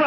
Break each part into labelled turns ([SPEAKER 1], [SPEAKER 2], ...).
[SPEAKER 1] who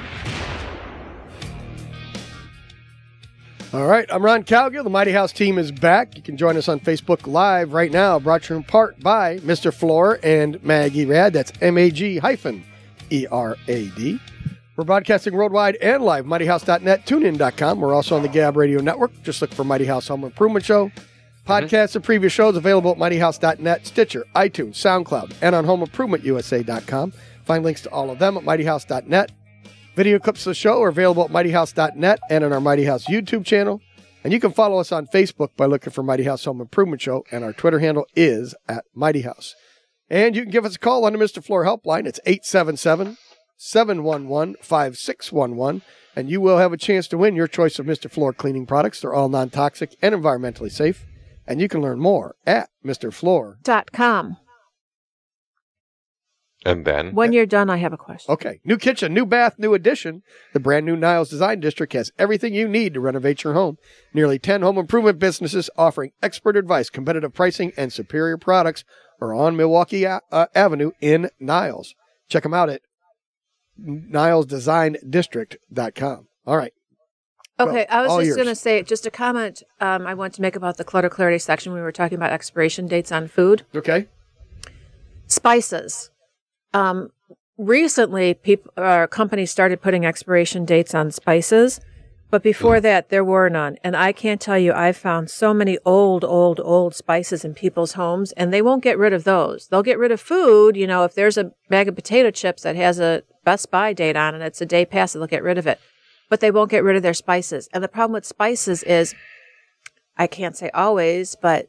[SPEAKER 2] All right, I'm Ron Calgill. The Mighty House team is back. You can join us on Facebook Live right now, brought to you in part by Mr. Floor and Maggie Rad. That's M A G hyphen E R A D. We're broadcasting worldwide and live, mightyhouse.net, tunein.com. We're also on the Gab Radio Network. Just look for Mighty House Home Improvement Show. Podcasts of previous shows available at mightyhouse.net, Stitcher, iTunes, SoundCloud, and on homeimprovementusa.com. Find links to all of them at mightyhouse.net. Video clips of the show are available at mightyhouse.net and on our Mighty House YouTube channel. And you can follow us on Facebook by looking for Mighty House Home Improvement Show, and our Twitter handle is at Mighty House. And you can give us a call on the Mr. Floor Helpline. It's 877 711 5611, and you will have a chance to win your choice of Mr. Floor cleaning products. They're all non toxic and environmentally safe. And you can learn more at Mr. Floor.
[SPEAKER 3] dot com.
[SPEAKER 4] And then
[SPEAKER 3] When you're done, I have a question.
[SPEAKER 2] Okay, new kitchen, new bath, new addition. The brand new Niles Design District has everything you need to renovate your home. Nearly 10 home improvement businesses offering expert advice, competitive pricing, and superior products are on Milwaukee A- uh, Avenue in Niles. Check them out at E nilesdesigndistrict.com. All right.
[SPEAKER 3] Okay, I
[SPEAKER 2] Oh, all
[SPEAKER 3] was just
[SPEAKER 2] yours.
[SPEAKER 3] going to say just a comment um, I want to make about the clutter clarity section. We were talking about expiration dates on food.
[SPEAKER 2] Okay.
[SPEAKER 3] spices. Um, recently, people or companies started putting expiration dates on spices, but before that, there were none. And I can't tell you, I've found so many old, old, old spices in people's homes, and they won't get rid of those. They'll get rid of food. You know, if there's a bag of potato chips that has a Best Buy date on it, it's a day past, they'll get rid of it. But they won't get rid of their spices. And the problem with spices is, I can't say always, but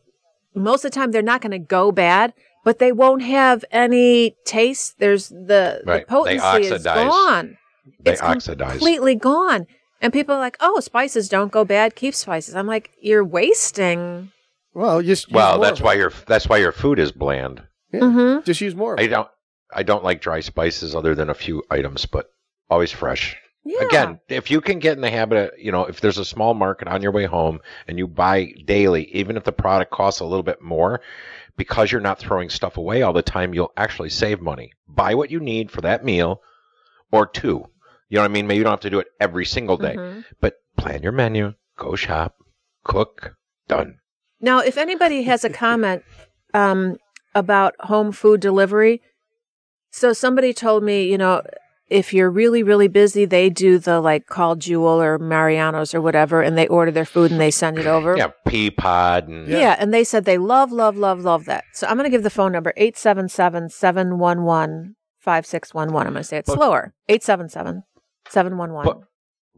[SPEAKER 3] most of the time they're not going to go bad, but they won't have any taste. There's the, the
[SPEAKER 4] Right.
[SPEAKER 3] potency
[SPEAKER 4] They
[SPEAKER 3] is
[SPEAKER 4] oxidize.
[SPEAKER 3] gone.
[SPEAKER 4] they
[SPEAKER 3] it's
[SPEAKER 4] oxidize.
[SPEAKER 3] completely gone. And people are like, "Oh, spices don't go bad. Keep spices." I'm like, "You're wasting."
[SPEAKER 2] Well, just use
[SPEAKER 4] well,
[SPEAKER 2] more
[SPEAKER 4] that's
[SPEAKER 2] of
[SPEAKER 4] why
[SPEAKER 2] it.
[SPEAKER 4] your that's why your food is bland.
[SPEAKER 2] Yeah.
[SPEAKER 3] Mm-hmm.
[SPEAKER 2] Just use more. of
[SPEAKER 4] I
[SPEAKER 2] it.
[SPEAKER 4] don't I don't like dry spices other than a few items, but always fresh.
[SPEAKER 3] Yeah.
[SPEAKER 4] Again, if you can get in the habit of, you know, if there's a small market on your way home and you buy daily, even if the product costs a little bit more, because you're not throwing stuff away all the time, you'll actually save money. Buy what you need for that meal or two. You know what I mean? Maybe you don't have to do it every single day,
[SPEAKER 3] Mhm.
[SPEAKER 4] but plan your menu, go shop, cook, done.
[SPEAKER 3] Now, if anybody has a comment um, about home food delivery, so somebody told me, you know, if you're really, really busy, they do the like call Jewel or Mariano's or whatever, and they order their food and they send it over.
[SPEAKER 4] Yeah, pea pod and
[SPEAKER 3] Yeah. and they said they love, love, love, love that. So I'm going to give the phone number 877 711 5611. I'm going to say it
[SPEAKER 4] But-
[SPEAKER 3] slower 877 711.
[SPEAKER 4] But-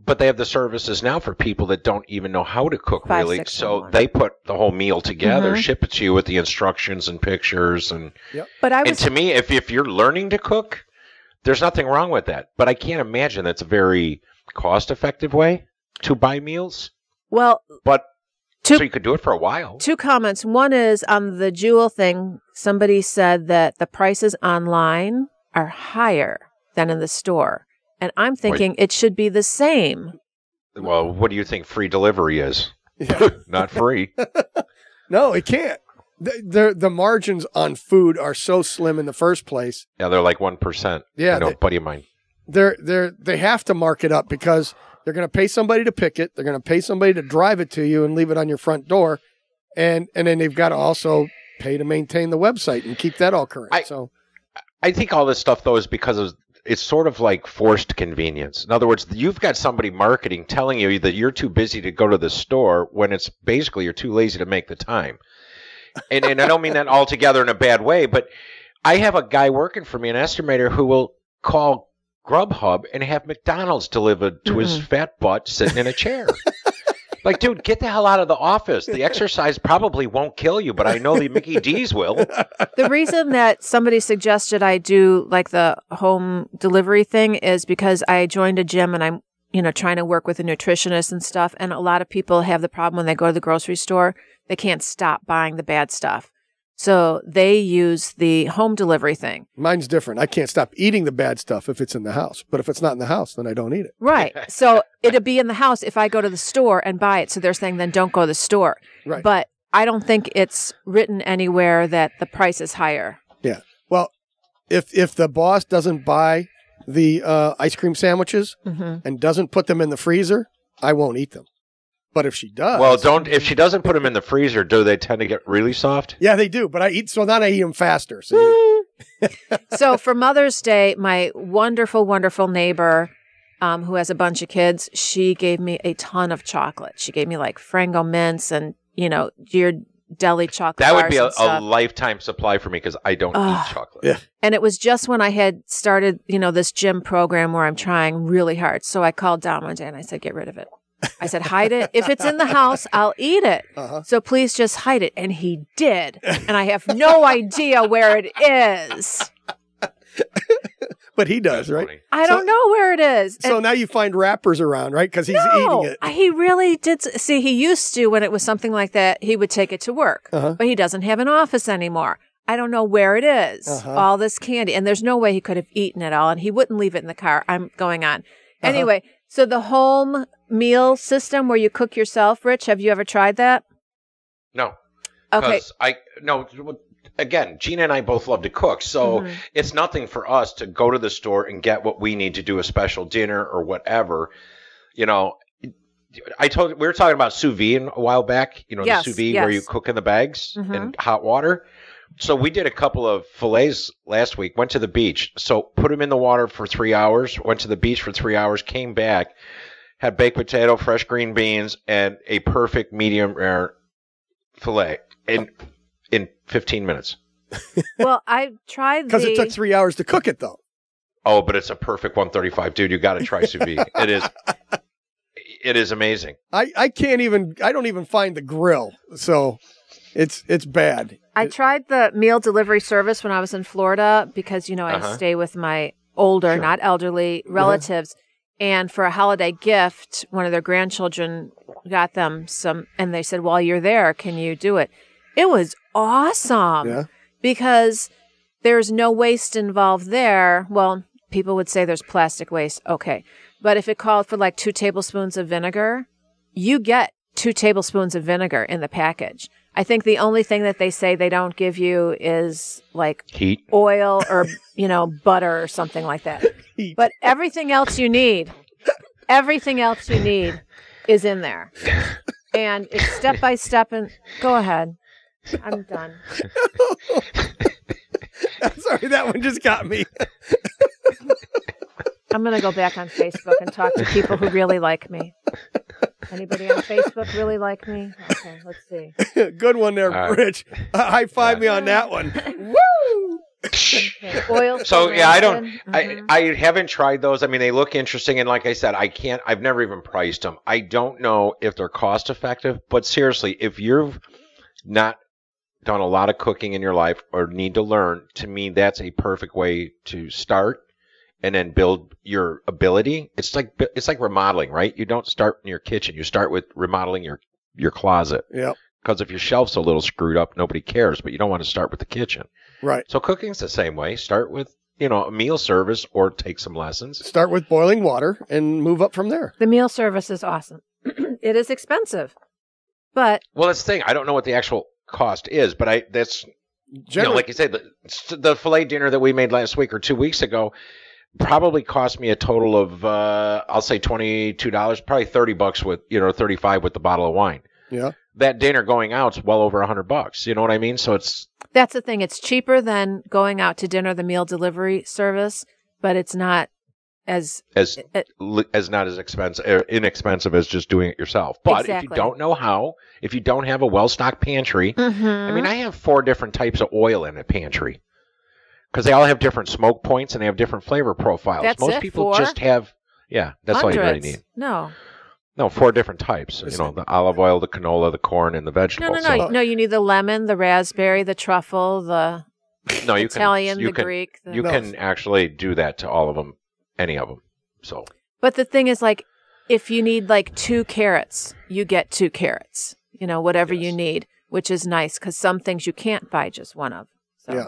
[SPEAKER 4] but they have the services now for people that don't even know how to cook
[SPEAKER 3] Five,
[SPEAKER 4] really
[SPEAKER 3] six,
[SPEAKER 4] so
[SPEAKER 3] one, one.
[SPEAKER 4] they put the whole meal together
[SPEAKER 3] Mhm.
[SPEAKER 4] ship it to you with the instructions and pictures and
[SPEAKER 3] But I
[SPEAKER 4] and
[SPEAKER 3] was,
[SPEAKER 4] to me if, if you're learning to cook there's nothing wrong with that but i can't imagine that's a very cost effective way to buy meals
[SPEAKER 3] well,
[SPEAKER 4] but
[SPEAKER 3] two
[SPEAKER 4] so you could do it for a while
[SPEAKER 3] Two comments. One is on the jewel thing. Somebody said that the prices online are higher than in the store, and I'm thinking it should be the same.
[SPEAKER 4] well what do you think free delivery is
[SPEAKER 2] Yeah.
[SPEAKER 4] not free
[SPEAKER 2] no, it can't. The, the, the margins on food are so slim in the first place.
[SPEAKER 4] yeah they're like 1%
[SPEAKER 2] Yeah,
[SPEAKER 4] you know,
[SPEAKER 2] they-
[SPEAKER 4] a buddy of mine
[SPEAKER 2] they're they're they have to mark it up because they're going to pay somebody to pick it, they're going to pay somebody to drive it to you and leave it on your front door, and and then they've got to also pay to maintain the website and keep that all current.
[SPEAKER 4] I-
[SPEAKER 2] so
[SPEAKER 4] I think all this stuff though is because of it's sort of like forced convenience. In other words, you've got somebody marketing telling you that you're too busy to go to the store when it's basically you're too lazy to make the time. And and I don't mean that altogether in a bad way, but I have a guy working for me, an estimator, who will call Grubhub and have McDonald's delivered to his fat butt sitting in a chair. like, dude, get the hell out of the office. The exercise probably won't kill you, but I know the Mickey D's will.
[SPEAKER 3] the reason that somebody suggested I do like the home delivery thing is because I joined a gym and I'm you know, trying to work with a nutritionist and stuff. And a lot of people have the problem when they go to the grocery store, they can't stop buying the bad stuff. So they use the home delivery thing.
[SPEAKER 2] Mine's different. I can't stop eating the bad stuff if it's in the house. But if it's not in the house, then I don't eat it.
[SPEAKER 3] Right. So it'd be in the house if I go to the store and buy it. So they're saying then don't go to the store.
[SPEAKER 2] Right.
[SPEAKER 3] But I don't think it's written anywhere that the price is higher.
[SPEAKER 2] Well, if if the boss doesn't buy the uh, ice cream sandwiches
[SPEAKER 3] Mm-hmm.
[SPEAKER 2] and doesn't put them in the freezer, I won't eat them. But if she
[SPEAKER 3] Oh,
[SPEAKER 2] does,
[SPEAKER 4] Well, don't if she doesn't put them in the freezer, do they tend to get really soft?
[SPEAKER 2] yeah, they do. But I eat so then I eat them faster. So you-
[SPEAKER 3] so for Mother's Day, my wonderful, wonderful neighbor um, who has a bunch of kids, she gave me a ton of chocolate. She gave me like Frango mints and, you know, your deli chocolate.
[SPEAKER 4] That would be
[SPEAKER 3] bars
[SPEAKER 4] a,
[SPEAKER 3] and
[SPEAKER 4] a
[SPEAKER 3] stuff.
[SPEAKER 4] lifetime supply for me because I don't
[SPEAKER 3] Ugh.
[SPEAKER 4] eat chocolate.
[SPEAKER 2] Yeah.
[SPEAKER 3] And it was just when I had started, you know, this gym program where I'm trying really hard. So I called Dom one day and I said, get rid of it. I said, hide it. If it's in the house, I'll eat it.
[SPEAKER 2] Uh-huh.
[SPEAKER 3] So please just hide it. And he did. And I have no idea where it is.
[SPEAKER 2] but he does,
[SPEAKER 4] That's
[SPEAKER 2] right?
[SPEAKER 4] funny.
[SPEAKER 3] I
[SPEAKER 2] So-
[SPEAKER 3] don't know where it is.
[SPEAKER 2] So now you find wrappers around, right? Because he's eating it.
[SPEAKER 3] He really did. s- See, he used to when it was something like that, he would take it to work,
[SPEAKER 2] Uh-huh.
[SPEAKER 3] but he doesn't have an office anymore. I don't know where it is,
[SPEAKER 2] Uh-huh.
[SPEAKER 3] All this candy, and there's no way he could have eaten it all, and he wouldn't leave it in the car. I'm going on.
[SPEAKER 2] Uh-huh.
[SPEAKER 3] Anyway, so the home meal system where you cook yourself, Rich, have you ever tried that?
[SPEAKER 4] No.
[SPEAKER 3] Okay.
[SPEAKER 4] 'cause I no. Again, Gina and I both love to cook, so
[SPEAKER 3] Mhm.
[SPEAKER 4] it's nothing for us to go to the store and get what we need to do a special dinner or whatever. You know, I told we were talking about sous vide a while back. You know,
[SPEAKER 3] Yes,
[SPEAKER 4] the sous vide where
[SPEAKER 3] yes.
[SPEAKER 4] you cook in the bags
[SPEAKER 3] Mhm.
[SPEAKER 4] in hot water. So we did a couple of fillets last week. Went to the beach, so put them in the water for three hours. Went to the beach for three hours. Came back, had baked potato, fresh green beans, and a perfect medium rare fillet in in 15 minutes.
[SPEAKER 3] well, I tried
[SPEAKER 2] Because
[SPEAKER 3] the.
[SPEAKER 2] it took three hours to cook it, though.
[SPEAKER 4] Oh, but it's a perfect 135, dude. You got to try sous vide. It is, it is amazing.
[SPEAKER 2] I, I can't even. I don't even find the grill. So it's it's bad.
[SPEAKER 3] I tried the meal delivery service when I was in Florida because, you know, I
[SPEAKER 4] Uh-huh.
[SPEAKER 3] stay with my older,
[SPEAKER 4] Sure. Uh-huh.
[SPEAKER 3] not elderly relatives. And for a holiday gift, one of their grandchildren got them some, and they said, While you're there, can you do it? It was awesome
[SPEAKER 2] Yeah.
[SPEAKER 3] because there's no waste involved there. Well, people would say there's plastic waste. Okay. But if it called for like two tablespoons of vinegar, you get two tablespoons of vinegar in the package. I think the only thing that they say they don't give you is like
[SPEAKER 4] Heat.
[SPEAKER 3] oil or, you know, butter or something like that.
[SPEAKER 2] Heat.
[SPEAKER 3] But everything else you need, everything else you need is in there. And it's step by step and go ahead. I'm done.
[SPEAKER 2] Sorry, that one just got me.
[SPEAKER 3] I'm going to go back on Facebook and talk to people who really like me. Anybody on Facebook really like me? Okay, let's see.
[SPEAKER 2] Good one there,
[SPEAKER 4] All right.
[SPEAKER 2] Rich. Uh, high five
[SPEAKER 4] Yeah.
[SPEAKER 2] me on that one.
[SPEAKER 3] Okay, Oil.
[SPEAKER 4] So yeah, I don't.
[SPEAKER 3] Mhm.
[SPEAKER 4] I I haven't tried those. I mean, they look interesting, and like I said, I can't. I've never even priced them. I don't know if they're cost effective. But seriously, if you've not done a lot of cooking in your life or need to learn, to me, that's a perfect way to start and then build your ability. It's like it's like remodeling, right? You don't start in your kitchen. You start with remodeling your your closet
[SPEAKER 2] Yep.
[SPEAKER 4] because if your shelf's a little screwed up, nobody cares. But you don't want to start with the kitchen.
[SPEAKER 2] Right.
[SPEAKER 4] So cooking's the same way. Start with you know a meal service or take some lessons.
[SPEAKER 2] Start with boiling water and move up from there.
[SPEAKER 3] The meal service is awesome. it is expensive, but
[SPEAKER 4] Well, that's the thing. I don't know what the actual cost is, but I that's you know,
[SPEAKER 2] Generally,
[SPEAKER 4] like you said, the, the fillet dinner that we made last week or two weeks ago probably cost me a total of uh, I'll say twenty two dollars, probably thirty bucks with you know thirty five with the bottle of wine.
[SPEAKER 2] yeah.
[SPEAKER 4] That dinner going out's well over a hundred bucks. You know what I mean? So it's
[SPEAKER 3] that's the thing. It's cheaper than going out to dinner, the meal delivery service, but it's not as
[SPEAKER 4] as
[SPEAKER 3] uh,
[SPEAKER 4] li- as not as expensive or inexpensive as just doing it yourself. But if you
[SPEAKER 3] Exactly.
[SPEAKER 4] don't know how, if you don't have a well stocked pantry, I
[SPEAKER 3] Mm-hmm.
[SPEAKER 4] mean, I have four different types of oil in a pantry because they all have different smoke points and they have different flavor profiles.
[SPEAKER 3] That's
[SPEAKER 4] Most
[SPEAKER 3] it?
[SPEAKER 4] people
[SPEAKER 3] Four?
[SPEAKER 4] just have, yeah, that's all you really
[SPEAKER 3] hundreds.
[SPEAKER 4] need.
[SPEAKER 3] No,
[SPEAKER 4] No, four different types. You
[SPEAKER 2] It's-
[SPEAKER 4] know, the olive oil, the canola, the corn, and the
[SPEAKER 3] no, no,
[SPEAKER 4] vegetables.
[SPEAKER 3] no,
[SPEAKER 2] So-
[SPEAKER 3] no. You need the lemon, the raspberry, the truffle, the
[SPEAKER 4] So, no, you
[SPEAKER 3] Italian,
[SPEAKER 4] can, you
[SPEAKER 3] the
[SPEAKER 4] can,
[SPEAKER 3] Greek. The...
[SPEAKER 4] you
[SPEAKER 2] No.
[SPEAKER 4] can actually do that to all of them, any of them. So
[SPEAKER 3] But the thing is, like, if you need like two carrots, you get two carrots, you know, whatever you need, which is nice because some things you can't buy just one of. So,
[SPEAKER 2] Yeah.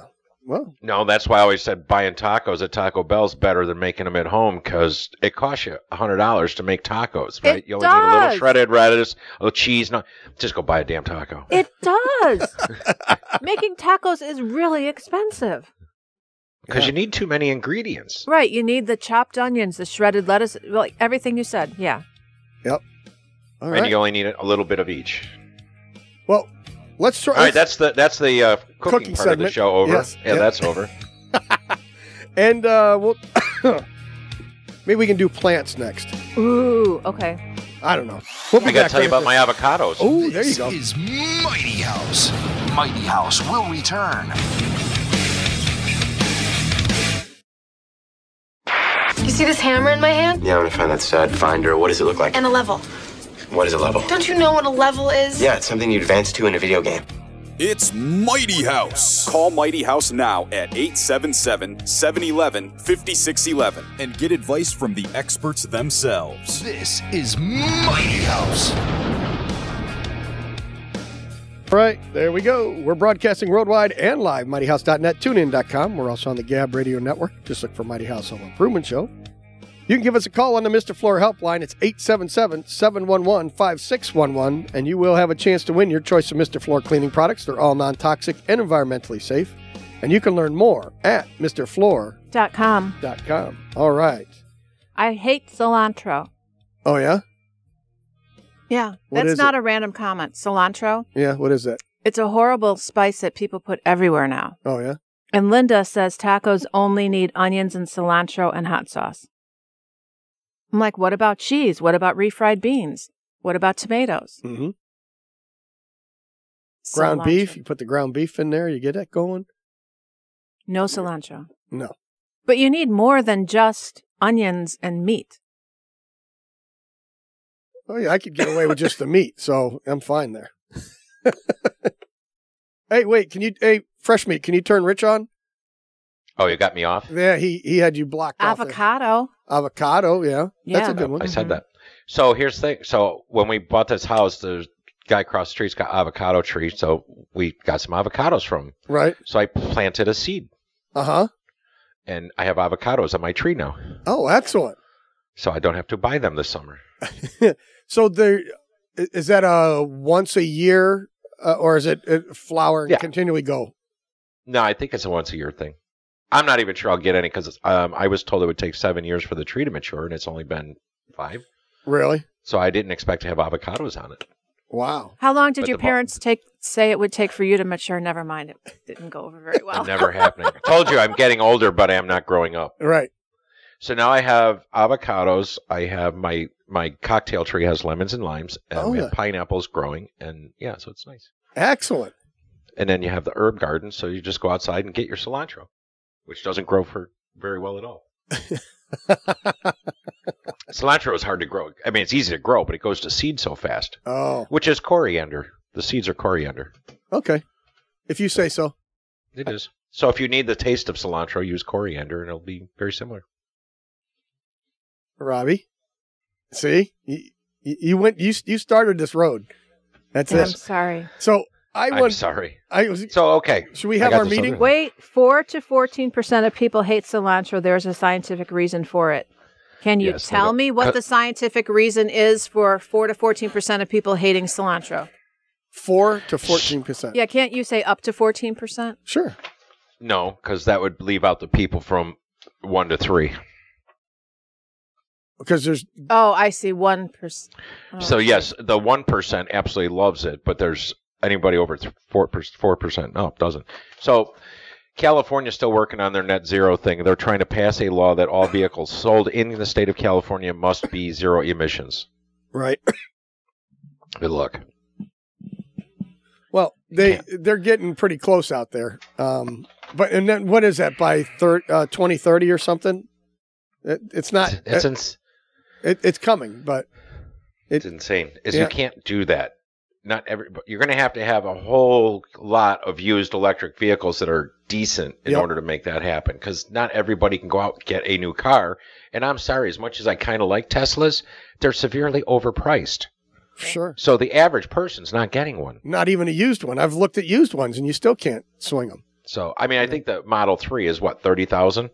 [SPEAKER 2] Well,
[SPEAKER 4] No, that's why I always said buying tacos at Taco Bell's better than making them at home because it costs you hundred dollars to make tacos, right?
[SPEAKER 3] It
[SPEAKER 4] you only need a
[SPEAKER 3] does.
[SPEAKER 4] little shredded lettuce, a little cheese. No, just go buy a damn taco.
[SPEAKER 3] It does. Making tacos is really expensive.
[SPEAKER 4] because you need too many ingredients.
[SPEAKER 3] Right. You need the chopped onions, the shredded lettuce, like everything you said. Yeah.
[SPEAKER 2] all
[SPEAKER 4] and
[SPEAKER 2] right.
[SPEAKER 4] you only need a little bit of each.
[SPEAKER 2] well, let's try.
[SPEAKER 4] All right, that's the that's the uh, cooking,
[SPEAKER 2] Cooking
[SPEAKER 4] part of the
[SPEAKER 2] segment.
[SPEAKER 4] show over.
[SPEAKER 2] Yes.
[SPEAKER 4] Yeah,
[SPEAKER 2] Yep.
[SPEAKER 4] that's over.
[SPEAKER 2] and uh, we'll maybe we can do plants next.
[SPEAKER 3] Ooh. Okay.
[SPEAKER 2] I don't know. We'll be
[SPEAKER 4] I got to
[SPEAKER 2] back
[SPEAKER 4] tell you
[SPEAKER 2] right
[SPEAKER 4] about my avocados.
[SPEAKER 2] Oh, there you
[SPEAKER 5] This
[SPEAKER 2] go.
[SPEAKER 5] is Mighty House. Mighty House will return.
[SPEAKER 6] You see this hammer in my hand?
[SPEAKER 7] Yeah, I'm gonna find that stud finder. What does it look like?
[SPEAKER 6] And a level.
[SPEAKER 7] What is a level?
[SPEAKER 6] Don't you know what a level is?
[SPEAKER 7] Yeah, it's something you advance to in a video game.
[SPEAKER 8] It's Mighty House. Call Mighty House now at 877 711 5611 and get advice from the experts themselves.
[SPEAKER 5] This is Mighty House.
[SPEAKER 2] All right, there we go. We're broadcasting worldwide and live, mightyhouse.net, tunein.com. We're also on the Gab Radio Network. Just look for Mighty House Home Improvement Show. You can give us a call on the Mr. Floor helpline. It's 877 711 5611, and you will have a chance to win your choice of Mr. Floor cleaning products. They're all non toxic and environmentally safe. And you can learn more at MrFloor.com.
[SPEAKER 3] Dot com.
[SPEAKER 2] All right.
[SPEAKER 3] I hate cilantro.
[SPEAKER 2] Oh, yeah?
[SPEAKER 3] Yeah.
[SPEAKER 2] What
[SPEAKER 3] that's
[SPEAKER 2] is
[SPEAKER 3] not a random comment. Cilantro.
[SPEAKER 2] Yeah, what is that?
[SPEAKER 3] It's a horrible spice that people put everywhere now.
[SPEAKER 2] Oh, yeah?
[SPEAKER 3] And Linda says tacos only need onions and cilantro and hot sauce. I'm like, what about cheese? What about refried beans? What about tomatoes?
[SPEAKER 2] Mm hmm. Ground
[SPEAKER 3] Cilantro.
[SPEAKER 2] beef. You put the ground beef in there. You get that going?
[SPEAKER 3] No cilantro.
[SPEAKER 2] No.
[SPEAKER 3] But you need more than just onions and meat.
[SPEAKER 2] Oh yeah, I could get away with just the meat, so I'm fine there. hey, wait, can you? Hey, fresh meat, can you turn Rich on?
[SPEAKER 4] Oh, you got me off.
[SPEAKER 2] Yeah, he he had you blocked. off there.
[SPEAKER 3] Avocado.
[SPEAKER 2] avocado, yeah, that's
[SPEAKER 3] Yeah.
[SPEAKER 2] a good one. Mm-hmm.
[SPEAKER 4] I said
[SPEAKER 3] Mhm.
[SPEAKER 4] that. So here's the thing. So when we bought this house, the guy across the street's got avocado trees. So we got some avocados from. him.
[SPEAKER 2] Right?
[SPEAKER 4] So I planted a seed,
[SPEAKER 2] Uh huh.
[SPEAKER 4] and I have avocados on my tree now.
[SPEAKER 2] Oh, excellent.
[SPEAKER 4] So I don't have to buy them this summer.
[SPEAKER 2] So there i- is that a once a year, uh, or is it uh, flower and
[SPEAKER 4] Yeah.
[SPEAKER 2] continually go?
[SPEAKER 4] No, I think it's a once a year thing. I'm not even sure I'll get any because um, I was told it would take seven years for the tree to mature, and it's only been five.
[SPEAKER 2] Really?
[SPEAKER 4] So I didn't expect to have avocados on it.
[SPEAKER 2] Wow.
[SPEAKER 3] How long did
[SPEAKER 4] But
[SPEAKER 3] your
[SPEAKER 4] the vol-
[SPEAKER 3] parents take say it would take for you to mature? Never mind, it didn't go over very
[SPEAKER 2] Oh.
[SPEAKER 3] well.
[SPEAKER 4] It never happening. I told you I'm getting older, but I'm not growing up.
[SPEAKER 2] Right.
[SPEAKER 4] So now I have avocados. I have my my cocktail tree has lemons and limes, and
[SPEAKER 2] Oh,
[SPEAKER 4] we
[SPEAKER 2] yeah.
[SPEAKER 4] have pineapples growing, and yeah, so it's nice.
[SPEAKER 2] Excellent.
[SPEAKER 4] And then you have the herb garden, so you just go outside and get your cilantro, which doesn't grow for very well at all. cilantro is hard to grow. I mean, it's easy to grow, but it goes to seed so fast,
[SPEAKER 2] Oh,
[SPEAKER 4] which is coriander. The seeds are coriander.
[SPEAKER 2] okay. If you say so.
[SPEAKER 4] It is. So if you need the taste of cilantro, use coriander, and it'll be very similar.
[SPEAKER 2] Robbie. See, you, you- you went, you you started this road. That's
[SPEAKER 3] I'm
[SPEAKER 2] it.
[SPEAKER 3] sorry.
[SPEAKER 2] So I
[SPEAKER 4] I'm
[SPEAKER 2] was,
[SPEAKER 4] sorry.
[SPEAKER 2] I was.
[SPEAKER 4] So okay,
[SPEAKER 2] Should we
[SPEAKER 4] I
[SPEAKER 2] have
[SPEAKER 4] got
[SPEAKER 2] our
[SPEAKER 4] this
[SPEAKER 2] meeting?
[SPEAKER 4] other-
[SPEAKER 3] Wait, four to fourteen percent of people hate cilantro. There's a scientific reason for it. Can you
[SPEAKER 4] Yes, Uh,
[SPEAKER 3] tell
[SPEAKER 4] but-
[SPEAKER 3] me what
[SPEAKER 4] cut-
[SPEAKER 3] the scientific reason is for four to fourteen percent of people hating cilantro?
[SPEAKER 2] Four to fourteen percent.
[SPEAKER 3] Yeah, can't you say up to fourteen percent?
[SPEAKER 2] Sure.
[SPEAKER 4] No, because that would leave out the people from one to three.
[SPEAKER 2] Because there's
[SPEAKER 3] Oh, I see one percent.
[SPEAKER 4] So yes, the one percent absolutely loves it, but there's anybody over four percent up doesn't. So California's still working on their net zero thing. They're trying to pass a law that all vehicles sold in the state of California must be zero emissions.
[SPEAKER 2] right.
[SPEAKER 4] Good luck.
[SPEAKER 2] Well, they they're getting pretty close out there. Um, but and then what is that by thir- uh, twenty thirty or something? It, it's not.
[SPEAKER 4] It's, it's,
[SPEAKER 2] It,
[SPEAKER 4] ins-
[SPEAKER 2] it, it's coming, but
[SPEAKER 4] it's insane. Is
[SPEAKER 2] Yeah.
[SPEAKER 4] you can't do that. not every but you're going to have to have a whole lot of used electric vehicles that are decent in
[SPEAKER 2] Yep.
[SPEAKER 4] order to make that happen cuz not everybody can go out and get a new car and I'm sorry as much as I kind of like Teslas they're severely overpriced
[SPEAKER 2] Sure.
[SPEAKER 4] so the average person's not getting one
[SPEAKER 2] Not even a used one. I've looked at used ones and you still can't swing them.
[SPEAKER 4] so I mean I think the Model 3 is what 30,000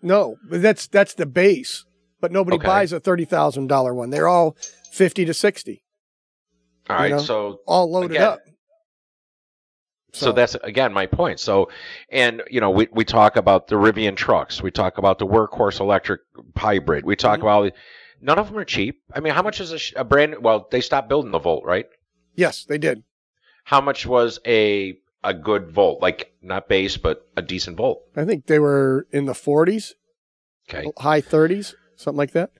[SPEAKER 2] No, but that's that's the base. But nobody
[SPEAKER 4] Okay.
[SPEAKER 2] buys a thirty thousand dollar one. They're all fifty to sixty,
[SPEAKER 4] all right
[SPEAKER 2] know,
[SPEAKER 4] so
[SPEAKER 2] all loaded
[SPEAKER 4] Again,
[SPEAKER 2] up.
[SPEAKER 4] So, that's again my point. So, and you know, we, we talk about the Rivian trucks, we talk about the workhorse electric hybrid, we talk about none of them are cheap. I mean, how much is a, sh- a brand? Well, they stopped building the Volt, right?
[SPEAKER 2] yes, they did.
[SPEAKER 4] How much was a a good Volt, like not base but a decent Volt?
[SPEAKER 2] I think they were in the forties,
[SPEAKER 4] Okay,
[SPEAKER 2] high thirties, something like that.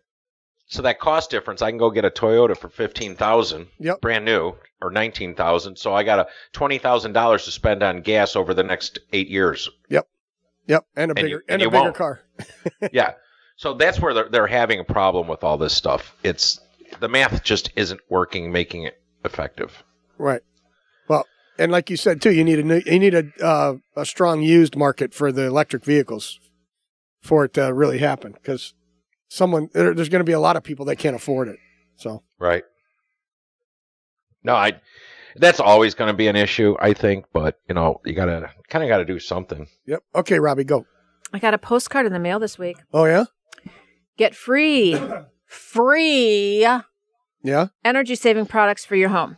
[SPEAKER 4] so that cost difference, I can go get a Toyota for fifteen thousand,
[SPEAKER 2] Yep.
[SPEAKER 4] brand new, or nineteen thousand. So I got a twenty thousand dollars to spend on gas over the next eight years.
[SPEAKER 2] Yep, and a
[SPEAKER 4] And you-
[SPEAKER 2] bigger and,
[SPEAKER 4] and
[SPEAKER 2] a
[SPEAKER 4] you
[SPEAKER 2] bigger
[SPEAKER 4] won't.
[SPEAKER 2] car.
[SPEAKER 4] yeah. So that's where they're, they're having a problem with all this stuff. It's the math just isn't working, making it effective.
[SPEAKER 2] Right. Well, and like you said too, you need a new, you need a uh, a strong used market for the electric vehicles for it to really happen because someone there, there's going to be a lot of people that can't afford it. So
[SPEAKER 4] Right. No, I. That's always going to be an issue, I think. But you know, you gotta kind of got to do something.
[SPEAKER 2] yep. Okay, Robbie, go.
[SPEAKER 3] I got a postcard in the mail this week.
[SPEAKER 2] Oh yeah,
[SPEAKER 3] Get free, free
[SPEAKER 2] yeah.
[SPEAKER 3] energy saving products for your home.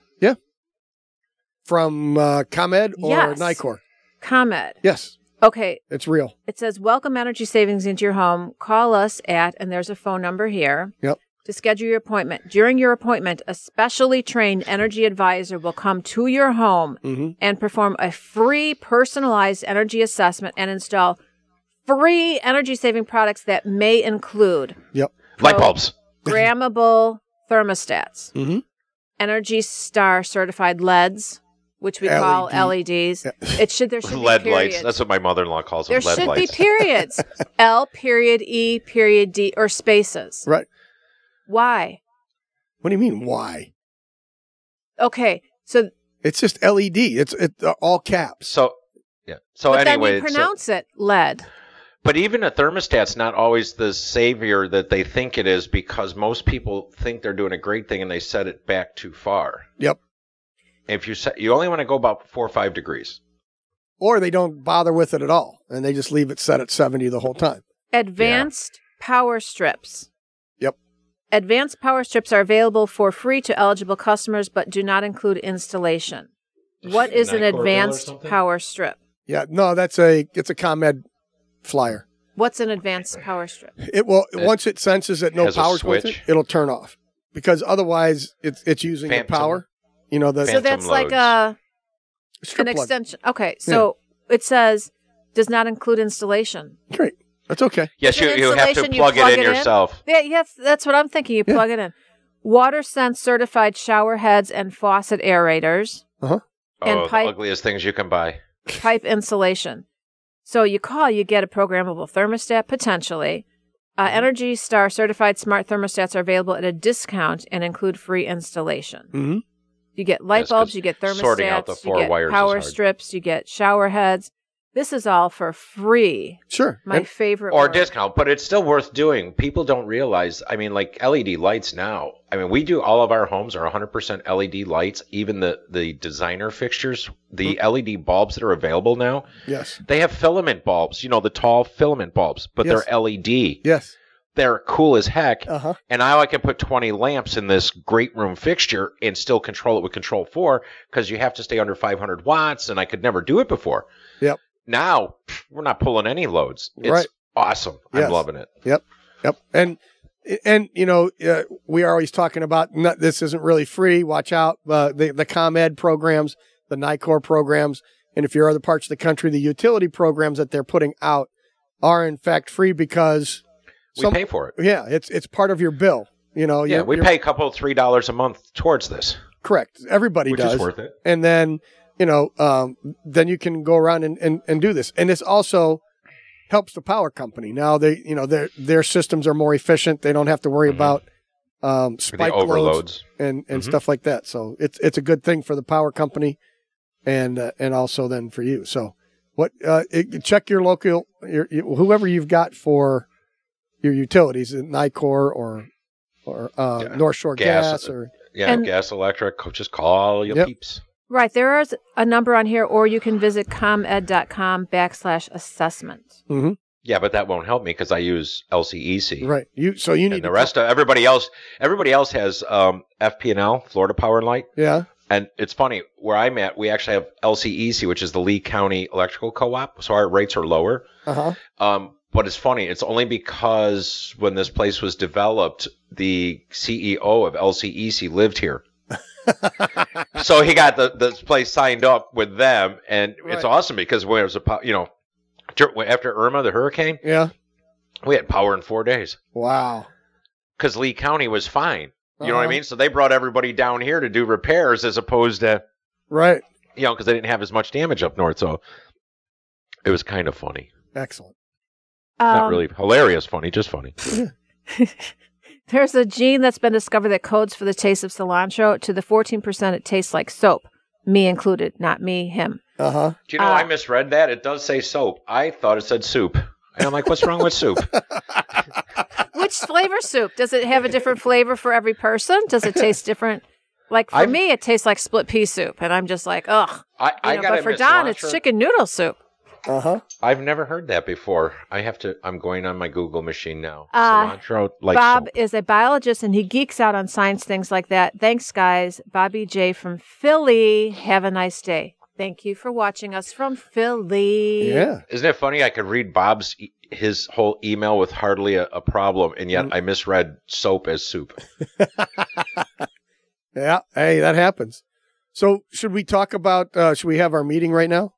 [SPEAKER 2] From uh, ComEd or
[SPEAKER 3] Yes.
[SPEAKER 2] Nicor.
[SPEAKER 3] ComEd.
[SPEAKER 2] Yes,
[SPEAKER 3] Okay,
[SPEAKER 2] it's real.
[SPEAKER 3] It says, Welcome energy savings into your home. Call us at, and there's a phone number here.
[SPEAKER 2] Yep.
[SPEAKER 3] To schedule your appointment. During your appointment, a specially trained energy advisor will come to your home and perform a free personalized energy assessment and install free energy saving products that may include
[SPEAKER 2] Yep.
[SPEAKER 4] Light
[SPEAKER 3] Pro-
[SPEAKER 4] bulbs.
[SPEAKER 3] grammable thermostats,
[SPEAKER 2] Mhm.
[SPEAKER 3] Energy Star certified LEDs, which we call LEDs. It should there should be
[SPEAKER 4] LED E lights.
[SPEAKER 3] periods.
[SPEAKER 4] That's what my mother-in-law calls them.
[SPEAKER 3] There
[SPEAKER 4] LED
[SPEAKER 3] should
[SPEAKER 4] lights.
[SPEAKER 3] be periods. L period E period D or spaces.
[SPEAKER 2] Right.
[SPEAKER 3] Why?
[SPEAKER 2] What do you mean? Why?
[SPEAKER 3] Okay. So
[SPEAKER 2] It's just LED. It's it, uh, all caps.
[SPEAKER 4] so yeah. So
[SPEAKER 3] but
[SPEAKER 4] Oh, anyway,
[SPEAKER 3] then you
[SPEAKER 4] so-
[SPEAKER 3] pronounce it E lead.
[SPEAKER 4] But even a thermostat's not always the savior that they think it is because most people think they're doing a great thing and they set it back too far.
[SPEAKER 2] Yep.
[SPEAKER 4] If you set, you only want to go about four or five degrees.
[SPEAKER 2] Or they don't bother with it at all, and they just leave it set at seventy the whole time.
[SPEAKER 3] Advanced power strips.
[SPEAKER 2] Yep.
[SPEAKER 3] Advanced power strips are available for free to eligible customers but do not include installation. What is an
[SPEAKER 4] Nycor bill or
[SPEAKER 3] advanced
[SPEAKER 4] something?
[SPEAKER 3] power strip?
[SPEAKER 2] Yeah. No, that's a it's a ComEd flyer.
[SPEAKER 3] What's an advanced power strip?
[SPEAKER 2] It will once it senses that no
[SPEAKER 4] has a
[SPEAKER 2] power's with it,
[SPEAKER 4] switch.
[SPEAKER 2] it'll turn off because otherwise it's it's using the
[SPEAKER 4] Phantom.
[SPEAKER 2] power. You know the
[SPEAKER 3] So
[SPEAKER 4] Phantom
[SPEAKER 3] that's like
[SPEAKER 4] loads.
[SPEAKER 3] a
[SPEAKER 2] strip
[SPEAKER 3] an
[SPEAKER 2] plug.
[SPEAKER 3] extension. Okay. So it says does not include installation.
[SPEAKER 2] Great, that's okay.
[SPEAKER 4] Yes,
[SPEAKER 3] Is
[SPEAKER 4] you,
[SPEAKER 3] it
[SPEAKER 4] you have to
[SPEAKER 3] insulation? You
[SPEAKER 4] plug,
[SPEAKER 3] plug
[SPEAKER 4] it in
[SPEAKER 3] it in?
[SPEAKER 4] yourself.
[SPEAKER 3] Yeah, yes, that's what I'm thinking. You
[SPEAKER 2] Yeah.
[SPEAKER 3] plug it in. Water sense certified shower heads and faucet aerators, And
[SPEAKER 4] oh,
[SPEAKER 3] pipe-
[SPEAKER 4] the ugliest things you can buy.
[SPEAKER 3] pipe insulation. So you call, you get a programmable thermostat potentially. Uh,
[SPEAKER 4] Mm-hmm.
[SPEAKER 3] Energy Star certified smart thermostats are available at a discount and include free installation.
[SPEAKER 2] Mhm.
[SPEAKER 3] You get light
[SPEAKER 4] Mm-hmm. Yes, 'cause
[SPEAKER 3] bulbs, you get thermostats,
[SPEAKER 4] sorting out the four
[SPEAKER 3] you get
[SPEAKER 4] wires is
[SPEAKER 3] power
[SPEAKER 4] hard.
[SPEAKER 3] strips, you get shower heads. This is all for free.
[SPEAKER 2] Sure.
[SPEAKER 3] My
[SPEAKER 2] And-
[SPEAKER 3] favorite
[SPEAKER 4] Or a
[SPEAKER 3] word.
[SPEAKER 4] discount, but it's still worth doing. People don't realize. I mean, like LED lights now. I mean, we do all of our homes are 100% LED E lights. Even the the designer fixtures, the LED bulbs that are available now.
[SPEAKER 2] yes.
[SPEAKER 4] They have filament bulbs, you know, the tall filament bulbs, but
[SPEAKER 2] Yes.
[SPEAKER 4] they're LED.
[SPEAKER 2] Yes.
[SPEAKER 4] They're cool as heck.
[SPEAKER 2] Uh huh.
[SPEAKER 4] And now I can put 20 lamps in this great room fixture and still control it with Control 4 because you have to stay under 500 watts, and I could never do it before.
[SPEAKER 2] Yep.
[SPEAKER 4] Now pff, we're not pulling any loads. It's
[SPEAKER 2] Right.
[SPEAKER 4] awesome.
[SPEAKER 2] Yes.
[SPEAKER 4] I'm loving it.
[SPEAKER 2] Yep. And and you know uh, we are always talking about not, this isn't really free. Watch out. Uh, the the ComEd programs, the Nicor programs, and if you're other parts of the country, the utility programs that they're putting out are in fact free because
[SPEAKER 4] We
[SPEAKER 2] some-
[SPEAKER 4] pay for it.
[SPEAKER 2] yeah, it's it's part of your bill. You know,
[SPEAKER 4] Yeah,
[SPEAKER 2] you're-
[SPEAKER 4] we
[SPEAKER 2] you're-
[SPEAKER 4] pay a couple three dollars a month towards this,
[SPEAKER 2] Correct. Everybody
[SPEAKER 4] which
[SPEAKER 2] does.
[SPEAKER 4] is worth it.
[SPEAKER 2] and then you know um, then you can go around and, and, and do this and this also helps the power company now they you know their their systems are more efficient they don't have to worry about um,
[SPEAKER 4] Mm-hmm. For
[SPEAKER 2] spike
[SPEAKER 4] the
[SPEAKER 2] loads
[SPEAKER 4] overloads.
[SPEAKER 2] and and
[SPEAKER 4] Mhm.
[SPEAKER 2] stuff like that. So it's it's a good thing for the power company, and uh, and also then for you. So what uh, it, check your local your, your- whoever you've got for your utilities, uh, Nicor or or uh,
[SPEAKER 4] Yeah.
[SPEAKER 2] North Shore Gas,
[SPEAKER 4] Gas.
[SPEAKER 2] or
[SPEAKER 4] Yeah,
[SPEAKER 3] And-
[SPEAKER 4] gas, electric. Just call your
[SPEAKER 2] Yep.
[SPEAKER 4] peeps.
[SPEAKER 3] Right. There is a number on here, or you can visit comed.com backslash assessment.
[SPEAKER 4] Yeah, but that won't help me because I use LCEC.
[SPEAKER 2] right. You so you need
[SPEAKER 4] And the
[SPEAKER 2] to-
[SPEAKER 4] rest of everybody else, everybody else has um, FP&L, Florida Power and Light.
[SPEAKER 2] yeah.
[SPEAKER 4] And it's funny where I'm at. We actually have LCEC, which is the Lee County Electrical Co-op, so our rates are lower.
[SPEAKER 2] Uh huh.
[SPEAKER 4] Um, but it's funny. It's only because when this place was developed, the CEO of LCEC lived here. so he got the this place signed up with them, and
[SPEAKER 2] Right.
[SPEAKER 4] it's awesome because when it was a po- you know dur- after Irma the hurricane,
[SPEAKER 2] Yeah.
[SPEAKER 4] we had power in four days
[SPEAKER 2] Wow.
[SPEAKER 4] because Lee County was fine. You know what
[SPEAKER 2] Uh-huh.
[SPEAKER 4] I mean? So they brought everybody down here to do repairs as opposed to
[SPEAKER 2] Right.
[SPEAKER 4] you know, because they didn't have as much damage up north. So it was kind of funny.
[SPEAKER 2] Excellent.
[SPEAKER 4] Not
[SPEAKER 3] Um,
[SPEAKER 4] really hilarious, funny, just funny.
[SPEAKER 3] There's a gene that's been discovered that codes for the taste of cilantro. To the 14%, it tastes like soap, me included, not me, him.
[SPEAKER 2] Uh huh.
[SPEAKER 4] Do you know,
[SPEAKER 3] Uh,
[SPEAKER 4] I misread that. It does say soap. I thought it said soup. And I'm like, what's wrong with soup?
[SPEAKER 3] Which flavor soup? Does it have a different flavor for every person? Does it taste different? Like for
[SPEAKER 4] I've-
[SPEAKER 3] me, it tastes like split pea soup, and I'm just like, ugh.
[SPEAKER 4] I,
[SPEAKER 3] You
[SPEAKER 4] I
[SPEAKER 3] know,
[SPEAKER 4] got
[SPEAKER 3] but for Don, it's chicken noodle soup.
[SPEAKER 2] Uh huh.
[SPEAKER 4] I've never heard that before. I have to. I'm going on my Google machine now.
[SPEAKER 3] Uh,
[SPEAKER 4] Cilantro, like
[SPEAKER 3] Bob
[SPEAKER 4] soap.
[SPEAKER 3] is a biologist and he geeks out on science things like that. Thanks, guys. Bobby J from Philly. Have a nice day. Thank you for watching us from Philly.
[SPEAKER 2] Yeah.
[SPEAKER 4] Isn't it funny? I could read Bob's e- his whole email with hardly a, a problem, and
[SPEAKER 3] Mm.
[SPEAKER 4] yet I misread soap as soup.
[SPEAKER 2] Yeah. Hey, that happens. So should we talk about? Uh, should we have our meeting right now?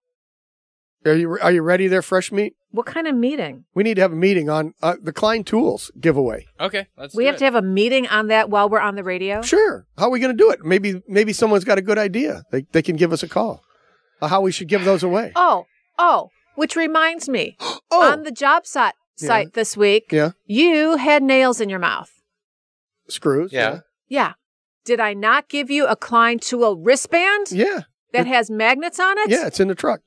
[SPEAKER 2] Are you are you ready there, fresh meat?
[SPEAKER 3] What kind of meeting?
[SPEAKER 2] We need to have a meeting on uh, the Klein Tools giveaway.
[SPEAKER 9] Okay, let's.
[SPEAKER 3] we
[SPEAKER 9] do
[SPEAKER 3] have
[SPEAKER 9] it.
[SPEAKER 3] to have a meeting on that while we're on the radio.
[SPEAKER 2] Sure. How are we going to do it? Maybe maybe someone's got a good idea. They they can give us a call. Uh, how we should give those away.
[SPEAKER 3] Oh, oh, which reminds me,
[SPEAKER 2] Oh,
[SPEAKER 3] on the job site
[SPEAKER 2] Yeah.
[SPEAKER 3] site this week,
[SPEAKER 2] Yeah.
[SPEAKER 3] you had nails in your mouth.
[SPEAKER 2] screws.
[SPEAKER 4] Yeah.
[SPEAKER 3] Yeah. Did I not give you a Klein Tool wristband
[SPEAKER 2] Yeah.
[SPEAKER 3] that has magnets on it?
[SPEAKER 2] Yeah. It's in the truck.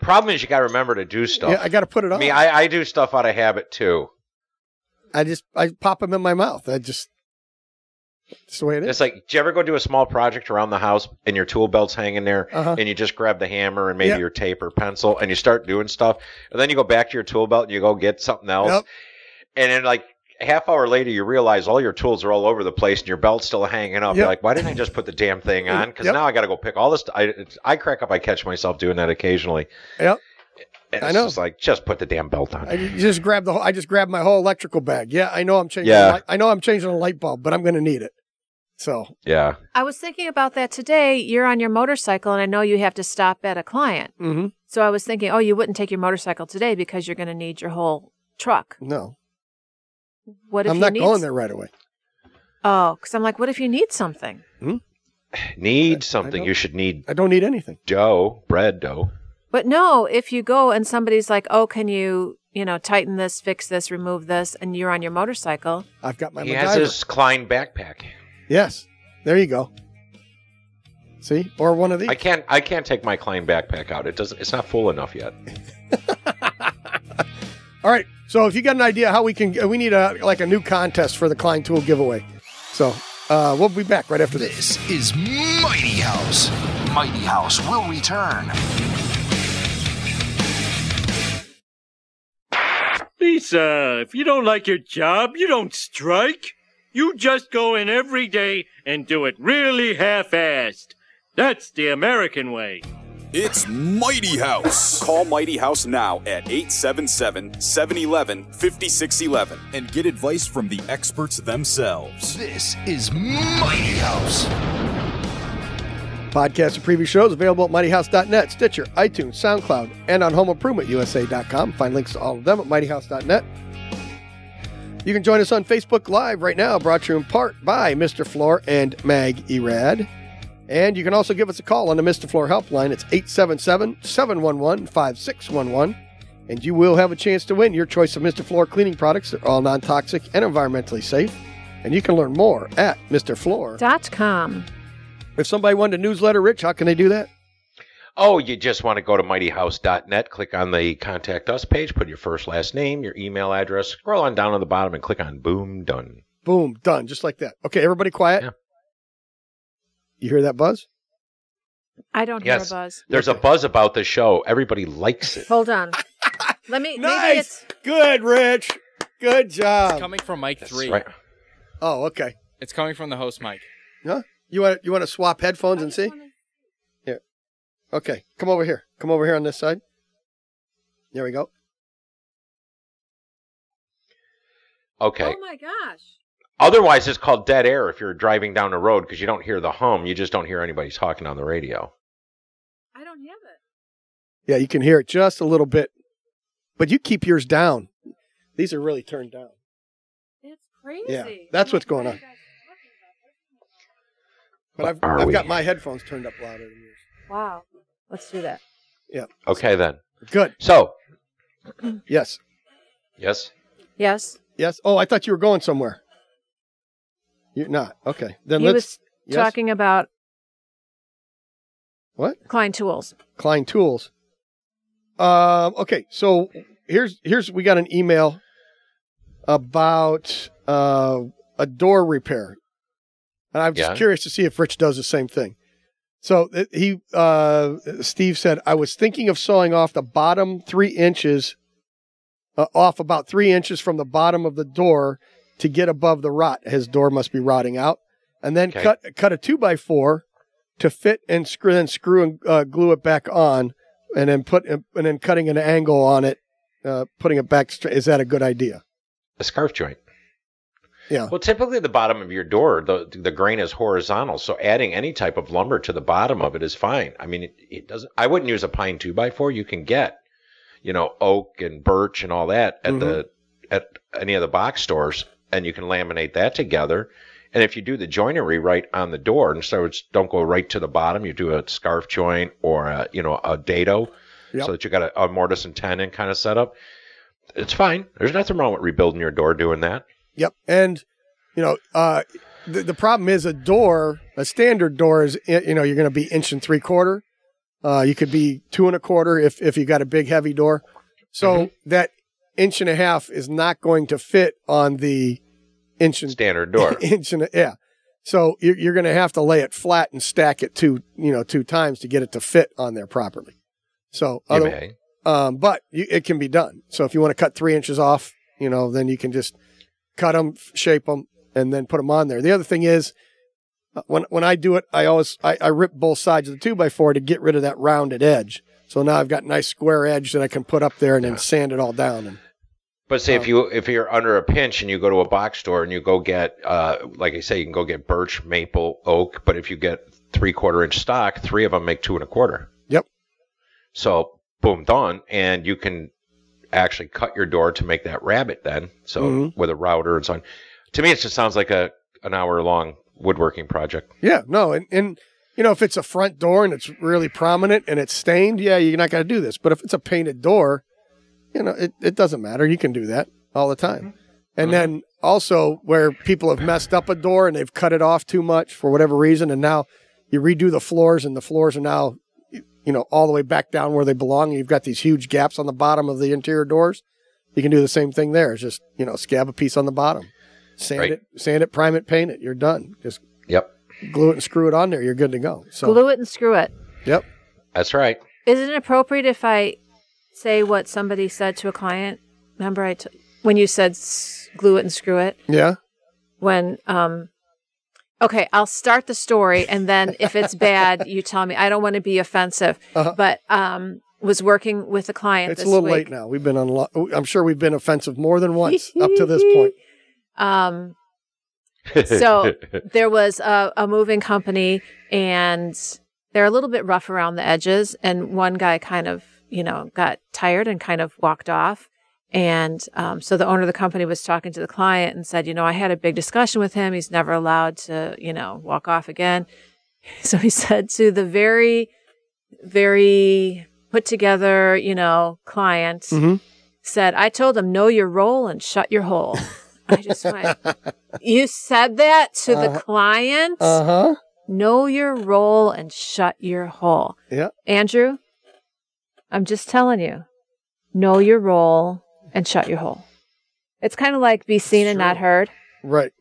[SPEAKER 4] Problem is, you got to remember to do stuff.
[SPEAKER 2] Yeah. I got to put it on.
[SPEAKER 4] Me, I, I do stuff out of habit too.
[SPEAKER 2] I just I pop them in my mouth. I just. That's the way it is.
[SPEAKER 4] It's like, do you ever go do a small project around the house and your tool belt's hanging there
[SPEAKER 2] Uh-huh.
[SPEAKER 4] and you just grab the hammer and maybe
[SPEAKER 2] Yeah.
[SPEAKER 4] your tape or pencil and you start doing stuff and then you go back to your tool belt and you go get something else
[SPEAKER 2] Yep.
[SPEAKER 4] and then like a half hour later you realize all your tools are all over the place and your belt's still hanging
[SPEAKER 2] Yep.
[SPEAKER 4] up. You're like, why didn't I just put the damn thing on? Because
[SPEAKER 2] Yep.
[SPEAKER 4] now I got to go pick all this. I, it's- I crack up. I catch myself doing that occasionally.
[SPEAKER 2] Yep.
[SPEAKER 4] And
[SPEAKER 2] I
[SPEAKER 4] it's
[SPEAKER 2] know.
[SPEAKER 4] just like, just put the damn belt on.
[SPEAKER 2] I ju- just grabbed the. Whole, I just grabbed my whole electrical bag. Yeah, I know I'm changing.
[SPEAKER 4] Yeah.
[SPEAKER 2] a light- I know I'm changing a light bulb, but I'm going to need it. So
[SPEAKER 4] yeah.
[SPEAKER 3] I was thinking about that today. You're on your motorcycle, and I know you have to stop at a client.
[SPEAKER 2] Mhm.
[SPEAKER 3] So I was thinking, oh, you wouldn't take your motorcycle today because you're going to need your whole truck.
[SPEAKER 2] no,
[SPEAKER 3] What if
[SPEAKER 2] I'm
[SPEAKER 3] you
[SPEAKER 2] not
[SPEAKER 3] need
[SPEAKER 2] going there right away.
[SPEAKER 3] Oh, because I'm like, what if you need something?
[SPEAKER 4] Need
[SPEAKER 2] I
[SPEAKER 4] something.
[SPEAKER 2] know.
[SPEAKER 4] You should need
[SPEAKER 2] I don't need anything.
[SPEAKER 4] dough, bread dough.
[SPEAKER 3] But no, if you go and somebody's like, oh, can you, you know, tighten this, fix this, remove this, and you're on your motorcycle,
[SPEAKER 2] I've got my
[SPEAKER 4] He
[SPEAKER 2] MacGyver.
[SPEAKER 4] has his Klein backpack.
[SPEAKER 2] Yes, there you go. See, or one of these.
[SPEAKER 4] I can't. I can't take my Klein backpack out. It doesn't. It's not full enough yet.
[SPEAKER 2] All right. So if you got an idea how we can, uh, we need a like a new contest for the Klein Tool giveaway. So uh, we'll be back right after this.
[SPEAKER 5] This is Mighty House. Mighty House will return.
[SPEAKER 1] Lisa, if you don't like your job, you don't strike. You just go in every day and do it really half assed. That's the American way.
[SPEAKER 8] It's Mighty House. Call Mighty House now at 877 711 5611 and get advice from the experts themselves.
[SPEAKER 5] This is Mighty House.
[SPEAKER 2] Podcast and preview shows available at mightyhouse.net, Stitcher, iTunes, SoundCloud, and on homeimprovementusa.com. Find links to all of them at mightyhouse.net. You can join us on Facebook Live right now, brought to you in part by Mr. Floor and Mag Erad. And you can also give us a call on the Mr. Floor helpline. It's 877 711 5611. and you will have a chance to win your choice of Mr. Floor cleaning products. They're all non toxic and environmentally safe. And you can learn more at Mr. Floor.
[SPEAKER 3] Dot com.
[SPEAKER 2] If somebody wanted a newsletter, Rich, how can they do that?
[SPEAKER 4] Oh, you just want to go to mightyhouse.net, click on the contact us page, put your first last name, your email address, scroll on down to the bottom and click on boom done.
[SPEAKER 2] Boom, done, just like that. Okay, everybody quiet.
[SPEAKER 4] Yeah.
[SPEAKER 2] You hear that buzz?
[SPEAKER 3] I don't
[SPEAKER 4] Yes.
[SPEAKER 3] hear a buzz.
[SPEAKER 4] There's a buzz about the show. Everybody likes it.
[SPEAKER 3] Hold on. Let me. Maybe
[SPEAKER 2] Nice.
[SPEAKER 3] it's.
[SPEAKER 2] Good, Rich. Good job.
[SPEAKER 9] coming from Mike
[SPEAKER 4] That's
[SPEAKER 9] three.
[SPEAKER 4] right.
[SPEAKER 2] Oh, okay.
[SPEAKER 9] It's coming from the host Mike.
[SPEAKER 2] Huh? You want you want to swap headphones and see? Okay, come over here. Come over here on this side. There we go.
[SPEAKER 4] Okay.
[SPEAKER 3] Oh my gosh.
[SPEAKER 4] Otherwise, it's called dead air if you're driving down the road because you don't hear the hum. You just don't hear anybody talking on the radio.
[SPEAKER 3] I don't have it.
[SPEAKER 2] Yeah, you can hear it just a little bit, but you keep yours down. These are really turned down.
[SPEAKER 3] It's crazy.
[SPEAKER 2] Yeah, that's what's going on. But I've,
[SPEAKER 4] Are
[SPEAKER 2] I've
[SPEAKER 4] we?
[SPEAKER 2] got my headphones turned up louder than yours.
[SPEAKER 3] Wow. Let's do that.
[SPEAKER 4] Okay, then.
[SPEAKER 2] Good.
[SPEAKER 4] So,
[SPEAKER 2] Yes.
[SPEAKER 4] yes.
[SPEAKER 3] Yes.
[SPEAKER 2] Yes. Oh, I thought you were going somewhere. You're not. Okay. Then
[SPEAKER 3] he
[SPEAKER 2] let's
[SPEAKER 3] was
[SPEAKER 2] yes?
[SPEAKER 3] talking about
[SPEAKER 2] What?
[SPEAKER 3] Klein tools.
[SPEAKER 2] Klein Tools. Um, okay, so here's here's we got an email about uh, a door repair, and I'm just
[SPEAKER 4] Yeah.
[SPEAKER 2] curious to see if Rich does the same thing. So th- he uh, Steve said, I was thinking of sawing off the bottom three inches, uh, off about three inches from the bottom of the door to get above the rot. His door must be rotting out, and then
[SPEAKER 4] Okay.
[SPEAKER 2] cut cut a two by four to fit and screw then screw and uh, glue it back on, and then put and then cutting an angle on it, uh, putting it back straight. Is that a good idea?
[SPEAKER 4] A scarf joint.
[SPEAKER 2] Yeah.
[SPEAKER 4] Well, typically the bottom of your door, the the grain is horizontal, so adding any type of lumber to the bottom of it is fine. I mean, it, it doesn't. I wouldn't use a pine two by four. You can get, you know, oak and birch and all that at the
[SPEAKER 2] Mm-hmm.
[SPEAKER 4] at any of the box stores, and you can laminate that together. And if you do the joinery right on the door, instead of just don't go right to the bottom, you do a scarf joint or a, you know a dado,
[SPEAKER 2] Yep.
[SPEAKER 4] so that you got a, a mortise and tenon kind of setup. It's fine. There's nothing wrong with rebuilding your door doing that.
[SPEAKER 2] Yep. And you know, uh, the, the problem is a door, a standard door is you know you're going to be inch and three quarter. Uh, you could be two and a quarter if if you got a big heavy door. So
[SPEAKER 4] Mm-hmm.
[SPEAKER 2] that inch and a half is not going to fit on the inch and
[SPEAKER 4] Standard door.
[SPEAKER 2] inch and a, yeah. So you're, you're going to have to lay it flat and stack it two, you know, two times to get it to fit on there properly. So,
[SPEAKER 4] You
[SPEAKER 2] other,
[SPEAKER 4] may.
[SPEAKER 2] um, but you, it can be done. So if you want to cut three inches off, you know, then you can just cut them, shape them, and then put them on there. The other thing is, uh, when when I do it, I always I, I rip both sides of the two by four to get rid of that rounded edge. So now I've got a nice square edge that I can put up there and then sand it all down. And
[SPEAKER 4] But say
[SPEAKER 2] Uh.
[SPEAKER 4] if you if you're under a pinch and you go to a box store and you go get uh, like I say you can go get birch, maple, oak. But if you get three quarter inch stock, three of them make two and a quarter.
[SPEAKER 2] Yep.
[SPEAKER 4] So boom done, and you can actually cut your door to make that rabbit then. So
[SPEAKER 2] Mhm.
[SPEAKER 4] with a router and so on. To me, it just sounds like a an hour long woodworking project.
[SPEAKER 2] Yeah, no, and and you know if it's a front door and it's really prominent and it's stained, yeah, you're not going to do this. But if it's a painted door, you know it, it doesn't matter. You can do that all the time. And then also where people have messed up a door and they've cut it off too much for whatever reason, and now you redo the floors and the floors are now you know all the way back down where they belong. And you've got these huge gaps on the bottom of the interior doors. You can do the same thing there. It's just you know scab a piece on the bottom, sand
[SPEAKER 4] Right.
[SPEAKER 2] it, sand it, prime it, paint it. You're done. Just
[SPEAKER 4] Yep.
[SPEAKER 2] glue it and screw it on there, you're good to go. So
[SPEAKER 3] Glue it and screw it.
[SPEAKER 2] yep.
[SPEAKER 4] That's right.
[SPEAKER 3] Is it appropriate if I say what somebody said to a client? Remember, I t- when you said s- glue it and screw it.
[SPEAKER 2] Yeah.
[SPEAKER 3] When um, okay, I'll start the story, and then if it's bad, you tell me. I don't want to be offensive, but um, was working with a client.
[SPEAKER 2] Uh-huh. It's a
[SPEAKER 3] this
[SPEAKER 2] little
[SPEAKER 3] week.
[SPEAKER 2] late now. We've been on a lot I'm sure we've been offensive more than once up to this point.
[SPEAKER 3] Um, so there was a, a moving company and they're a little bit rough around the edges and one guy kind of you know got tired and kind of walked off and um, so the owner of the company was talking to the client and said you know i had a big discussion with him he's never allowed to you know walk off again so he said to the very very put together, you know, client
[SPEAKER 2] Mhm.
[SPEAKER 3] said, I told them, know your role and shut your hole. I just went, you said that to the
[SPEAKER 2] Uh-huh.
[SPEAKER 3] client?
[SPEAKER 2] Uh huh.
[SPEAKER 3] Know your role and shut your hole.
[SPEAKER 2] Yeah.
[SPEAKER 3] Andrew, I'm just telling you, know your role and shut your hole. It's kind of like be seen and not heard.
[SPEAKER 2] Right.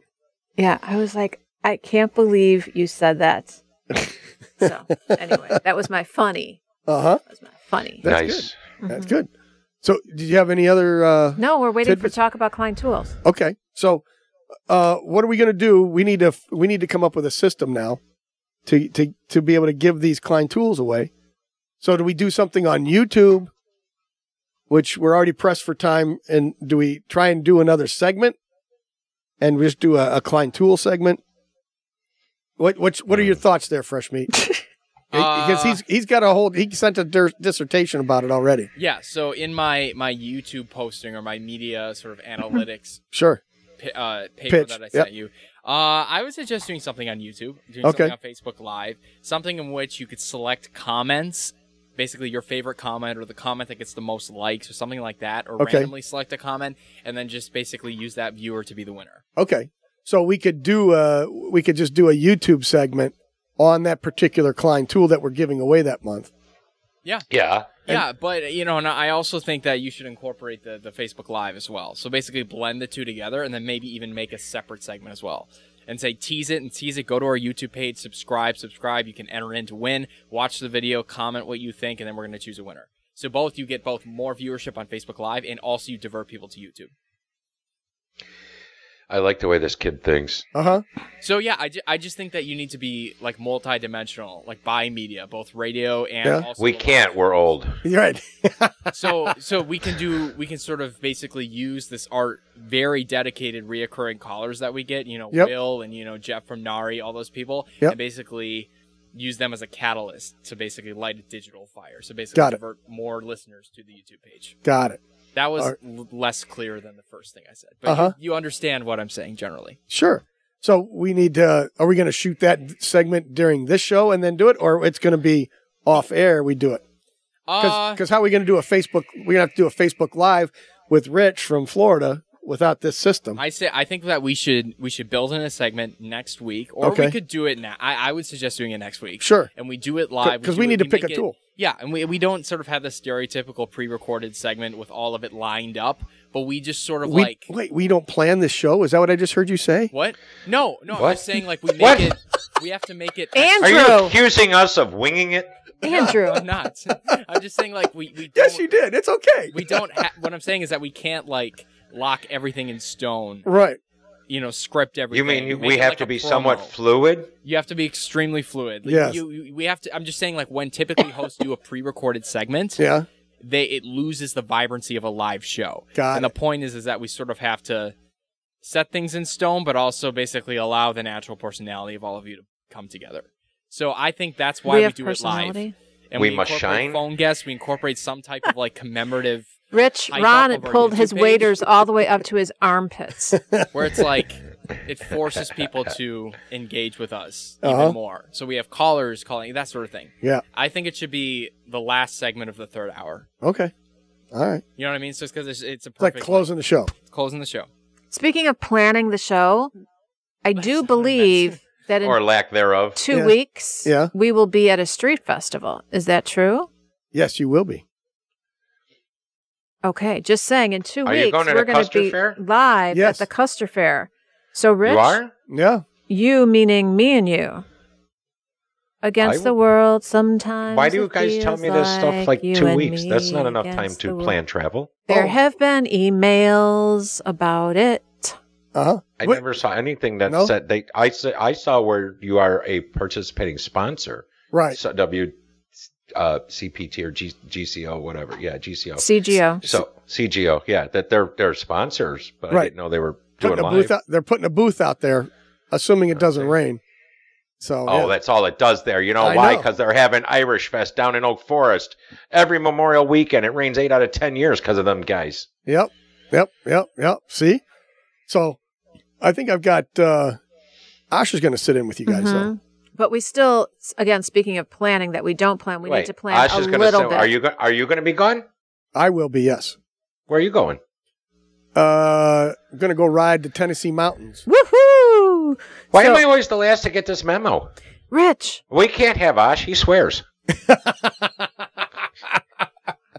[SPEAKER 3] Yeah, I was like, I can't believe you said that. so anyway, that was my funny.
[SPEAKER 2] Uh huh.
[SPEAKER 3] That was my funny.
[SPEAKER 2] That's
[SPEAKER 4] nice.
[SPEAKER 3] Mm-hmm.
[SPEAKER 2] That's good. So, did you have any other? Uh,
[SPEAKER 3] No, we're waiting for
[SPEAKER 2] Tidbits.
[SPEAKER 3] talk about client tools.
[SPEAKER 2] okay. So, uh, what are we going to do? We need to f- we need to come up with a system now to to to be able to give these Klein tools away. So, do we do something on YouTube? Which we're already pressed for time, and do we try and do another segment, and we just do a, a Klein tool segment? What what's, what are your thoughts there, fresh meat? because
[SPEAKER 9] Uh,
[SPEAKER 2] he's he's got a whole he sent a dir- dissertation about it already.
[SPEAKER 9] Yeah, so in my my YouTube posting or my media sort of analytics
[SPEAKER 2] Sure.
[SPEAKER 9] pi- uh, paper
[SPEAKER 2] Pitch,
[SPEAKER 9] that I
[SPEAKER 2] yep.
[SPEAKER 9] sent you, uh, I was just doing something on YouTube, doing
[SPEAKER 2] Okay.
[SPEAKER 9] something on Facebook Live, something in which you could select comments, basically your favorite comment or the comment that gets the most likes or something like that, or
[SPEAKER 2] Okay.
[SPEAKER 9] randomly select a comment and then just basically use that viewer to be the winner.
[SPEAKER 2] Okay. So we could do uh we could just do a YouTube segment on that particular Klein tool that we're giving away that month.
[SPEAKER 4] Yeah.
[SPEAKER 9] yeah, but uh, you know, and I also think that you should incorporate the, the Facebook Live as well. So basically, blend the two together, and then maybe even make a separate segment as well, and say tease it and tease it. Go to our YouTube page, subscribe, subscribe. You can enter in to win. Watch the video, comment what you think, and then we're going to choose a winner. So both you get both more viewership on Facebook Live, and also you divert people to YouTube.
[SPEAKER 4] I like the way this kid thinks.
[SPEAKER 2] Uh-huh.
[SPEAKER 9] So yeah, I, ju- I just think that you need to be like multi-dimensional, like by media, both radio and
[SPEAKER 2] Yeah.
[SPEAKER 9] also
[SPEAKER 4] We can't. We're old.
[SPEAKER 2] You're right.
[SPEAKER 9] so so we can do we can sort of basically use this art very dedicated reoccurring callers that we get you know
[SPEAKER 2] Yep.
[SPEAKER 9] will and you know jeff from nari all those people
[SPEAKER 2] Yep.
[SPEAKER 9] and basically use them as a catalyst to basically light a digital fire so basically
[SPEAKER 2] Got it.
[SPEAKER 9] divert more listeners to the youtube page
[SPEAKER 2] Got it.
[SPEAKER 9] that was
[SPEAKER 2] All right.
[SPEAKER 9] l- less clear than the first thing i said but
[SPEAKER 2] Uh-huh.
[SPEAKER 9] you, you understand what i'm saying generally
[SPEAKER 2] Sure. So we need to are we going to shoot that segment during this show and then do it or it's going to be off air we do it?
[SPEAKER 9] uh,
[SPEAKER 2] Cuz how are we going to do a Facebook we're going to have to do a Facebook live with Rich from Florida without this system.
[SPEAKER 9] I say I think that we should we should build in a segment next week, or
[SPEAKER 2] Okay.
[SPEAKER 9] we could do it now. I, I would suggest doing it next week.
[SPEAKER 2] Sure.
[SPEAKER 9] and we do it live
[SPEAKER 2] because
[SPEAKER 9] do
[SPEAKER 2] we
[SPEAKER 9] it-
[SPEAKER 2] need to pick
[SPEAKER 9] make
[SPEAKER 2] a
[SPEAKER 9] it-
[SPEAKER 2] tool.
[SPEAKER 9] Yeah, and we we don't sort of have the stereotypical pre-recorded segment with all of it lined up, but we just sort of
[SPEAKER 2] we,
[SPEAKER 9] like
[SPEAKER 2] wait, we don't plan this show. Is that what I just heard you say?
[SPEAKER 9] what? No, no, I'm
[SPEAKER 4] What?
[SPEAKER 9] just saying like we make
[SPEAKER 4] What?
[SPEAKER 9] it. We have to make it.
[SPEAKER 3] And-
[SPEAKER 4] Are
[SPEAKER 3] True.
[SPEAKER 4] you accusing us of winging it?
[SPEAKER 3] Andrew,
[SPEAKER 9] I'm not. I'm just saying like we we
[SPEAKER 2] Yes,
[SPEAKER 9] don't-
[SPEAKER 2] you did. It's okay.
[SPEAKER 9] we don't. Ha- what I'm saying is that we can't like lock everything in stone.
[SPEAKER 2] Right.
[SPEAKER 9] You know, script
[SPEAKER 4] You
[SPEAKER 9] everything.
[SPEAKER 4] mean you,
[SPEAKER 9] Make
[SPEAKER 4] we
[SPEAKER 9] it
[SPEAKER 4] have
[SPEAKER 9] like
[SPEAKER 4] to
[SPEAKER 9] a
[SPEAKER 4] be somewhat
[SPEAKER 9] promo.
[SPEAKER 4] fluid?
[SPEAKER 9] You have to be extremely fluid. Like,
[SPEAKER 2] Yes.
[SPEAKER 9] You, you, we have to. I'm just saying, like when typically hosts do a pre-recorded segment,
[SPEAKER 2] Yeah.
[SPEAKER 9] they it loses the vibrancy of a live show.
[SPEAKER 2] Got
[SPEAKER 9] and the
[SPEAKER 2] it.
[SPEAKER 9] point is, is that we sort of have to set things in stone, but also basically allow the natural personality of all of you to come together. So I think that's why
[SPEAKER 3] we
[SPEAKER 9] we,
[SPEAKER 3] have
[SPEAKER 9] do it live.
[SPEAKER 3] personality.
[SPEAKER 9] And
[SPEAKER 4] We must
[SPEAKER 9] incorporate
[SPEAKER 4] shine.
[SPEAKER 9] Phone guests. We incorporate some type of like commemorative,
[SPEAKER 3] Rich
[SPEAKER 9] Hype
[SPEAKER 3] Ron
[SPEAKER 9] up of our
[SPEAKER 3] pulled
[SPEAKER 9] YouTube
[SPEAKER 3] his
[SPEAKER 9] page.
[SPEAKER 3] waiters all the way up to his armpits.
[SPEAKER 9] where it's like it forces people to engage with us
[SPEAKER 2] Uh-huh.
[SPEAKER 9] even more. So we have callers calling, that sort of thing.
[SPEAKER 2] Yeah.
[SPEAKER 9] I think it should be the last segment of the third hour.
[SPEAKER 2] Okay. All right.
[SPEAKER 9] You know what I mean? So it's because it's, it's a
[SPEAKER 2] It's like
[SPEAKER 9] perfect
[SPEAKER 2] closing the show.
[SPEAKER 9] closing the show.
[SPEAKER 3] Speaking of planning the show, I do believe that in
[SPEAKER 4] Or lack thereof?
[SPEAKER 3] two
[SPEAKER 2] Yeah.
[SPEAKER 3] weeks
[SPEAKER 2] Yeah.
[SPEAKER 3] we will be at a street festival. Is that true?
[SPEAKER 2] Yes, you will be.
[SPEAKER 3] Okay, just saying. In two
[SPEAKER 4] Are you
[SPEAKER 3] weeks
[SPEAKER 4] going to
[SPEAKER 3] we're
[SPEAKER 4] the
[SPEAKER 3] going to
[SPEAKER 4] Custer
[SPEAKER 3] be
[SPEAKER 4] Fair?
[SPEAKER 3] live
[SPEAKER 2] Yes.
[SPEAKER 3] at the Custer Fair. So Rich,
[SPEAKER 4] You are?
[SPEAKER 2] Yeah.
[SPEAKER 3] you meaning me and you. Against
[SPEAKER 4] I-
[SPEAKER 3] the world, sometimes.
[SPEAKER 4] Why do you
[SPEAKER 3] it
[SPEAKER 4] guys tell
[SPEAKER 3] feels
[SPEAKER 4] me this stuff like
[SPEAKER 3] you
[SPEAKER 4] two
[SPEAKER 3] and
[SPEAKER 4] weeks? That's
[SPEAKER 3] me
[SPEAKER 4] not enough time
[SPEAKER 3] against the
[SPEAKER 4] to
[SPEAKER 3] world.
[SPEAKER 4] plan travel.
[SPEAKER 3] There
[SPEAKER 2] Oh.
[SPEAKER 3] have been emails about it.
[SPEAKER 2] Uh huh.
[SPEAKER 4] I never saw anything that
[SPEAKER 2] No?
[SPEAKER 4] said they. I said I saw where you are a participating sponsor.
[SPEAKER 2] Right.
[SPEAKER 4] So W, uh, CPT or G, GCO, whatever. Yeah, GCO.
[SPEAKER 3] CGO.
[SPEAKER 4] so CGO. Yeah, that they're they're sponsors, but
[SPEAKER 2] Right.
[SPEAKER 4] I didn't know they were doing
[SPEAKER 2] Putting a
[SPEAKER 4] live.
[SPEAKER 2] booth out, they're putting a booth out there, assuming it doesn't rain. So
[SPEAKER 4] Oh,
[SPEAKER 2] yeah.
[SPEAKER 4] that's all it does there. You know
[SPEAKER 2] I
[SPEAKER 4] why?
[SPEAKER 2] know.
[SPEAKER 4] Because they're having Irish Fest down in Oak Forest every Memorial weekend. It rains eight out of ten years because of them guys.
[SPEAKER 2] Yep. Yep. Yep. Yep. See? So I think I've got uh Asher's gonna sit in with you guys
[SPEAKER 3] Mhm.
[SPEAKER 2] though.
[SPEAKER 3] But we still, s- again, speaking of planning that we don't plan, we
[SPEAKER 4] Wait,
[SPEAKER 3] need to plan
[SPEAKER 4] Ash
[SPEAKER 3] a
[SPEAKER 4] is gonna
[SPEAKER 3] little
[SPEAKER 4] say,
[SPEAKER 3] bit.
[SPEAKER 4] Are you go- are you going to be gone?
[SPEAKER 2] I will be, yes.
[SPEAKER 4] Where are you going?
[SPEAKER 2] Uh, I'm going to go ride the Tennessee mountains.
[SPEAKER 3] Woohoo!
[SPEAKER 4] Why
[SPEAKER 3] So-
[SPEAKER 4] am I always the last to get this memo?
[SPEAKER 3] Rich,
[SPEAKER 4] We can't have Ash. He swears.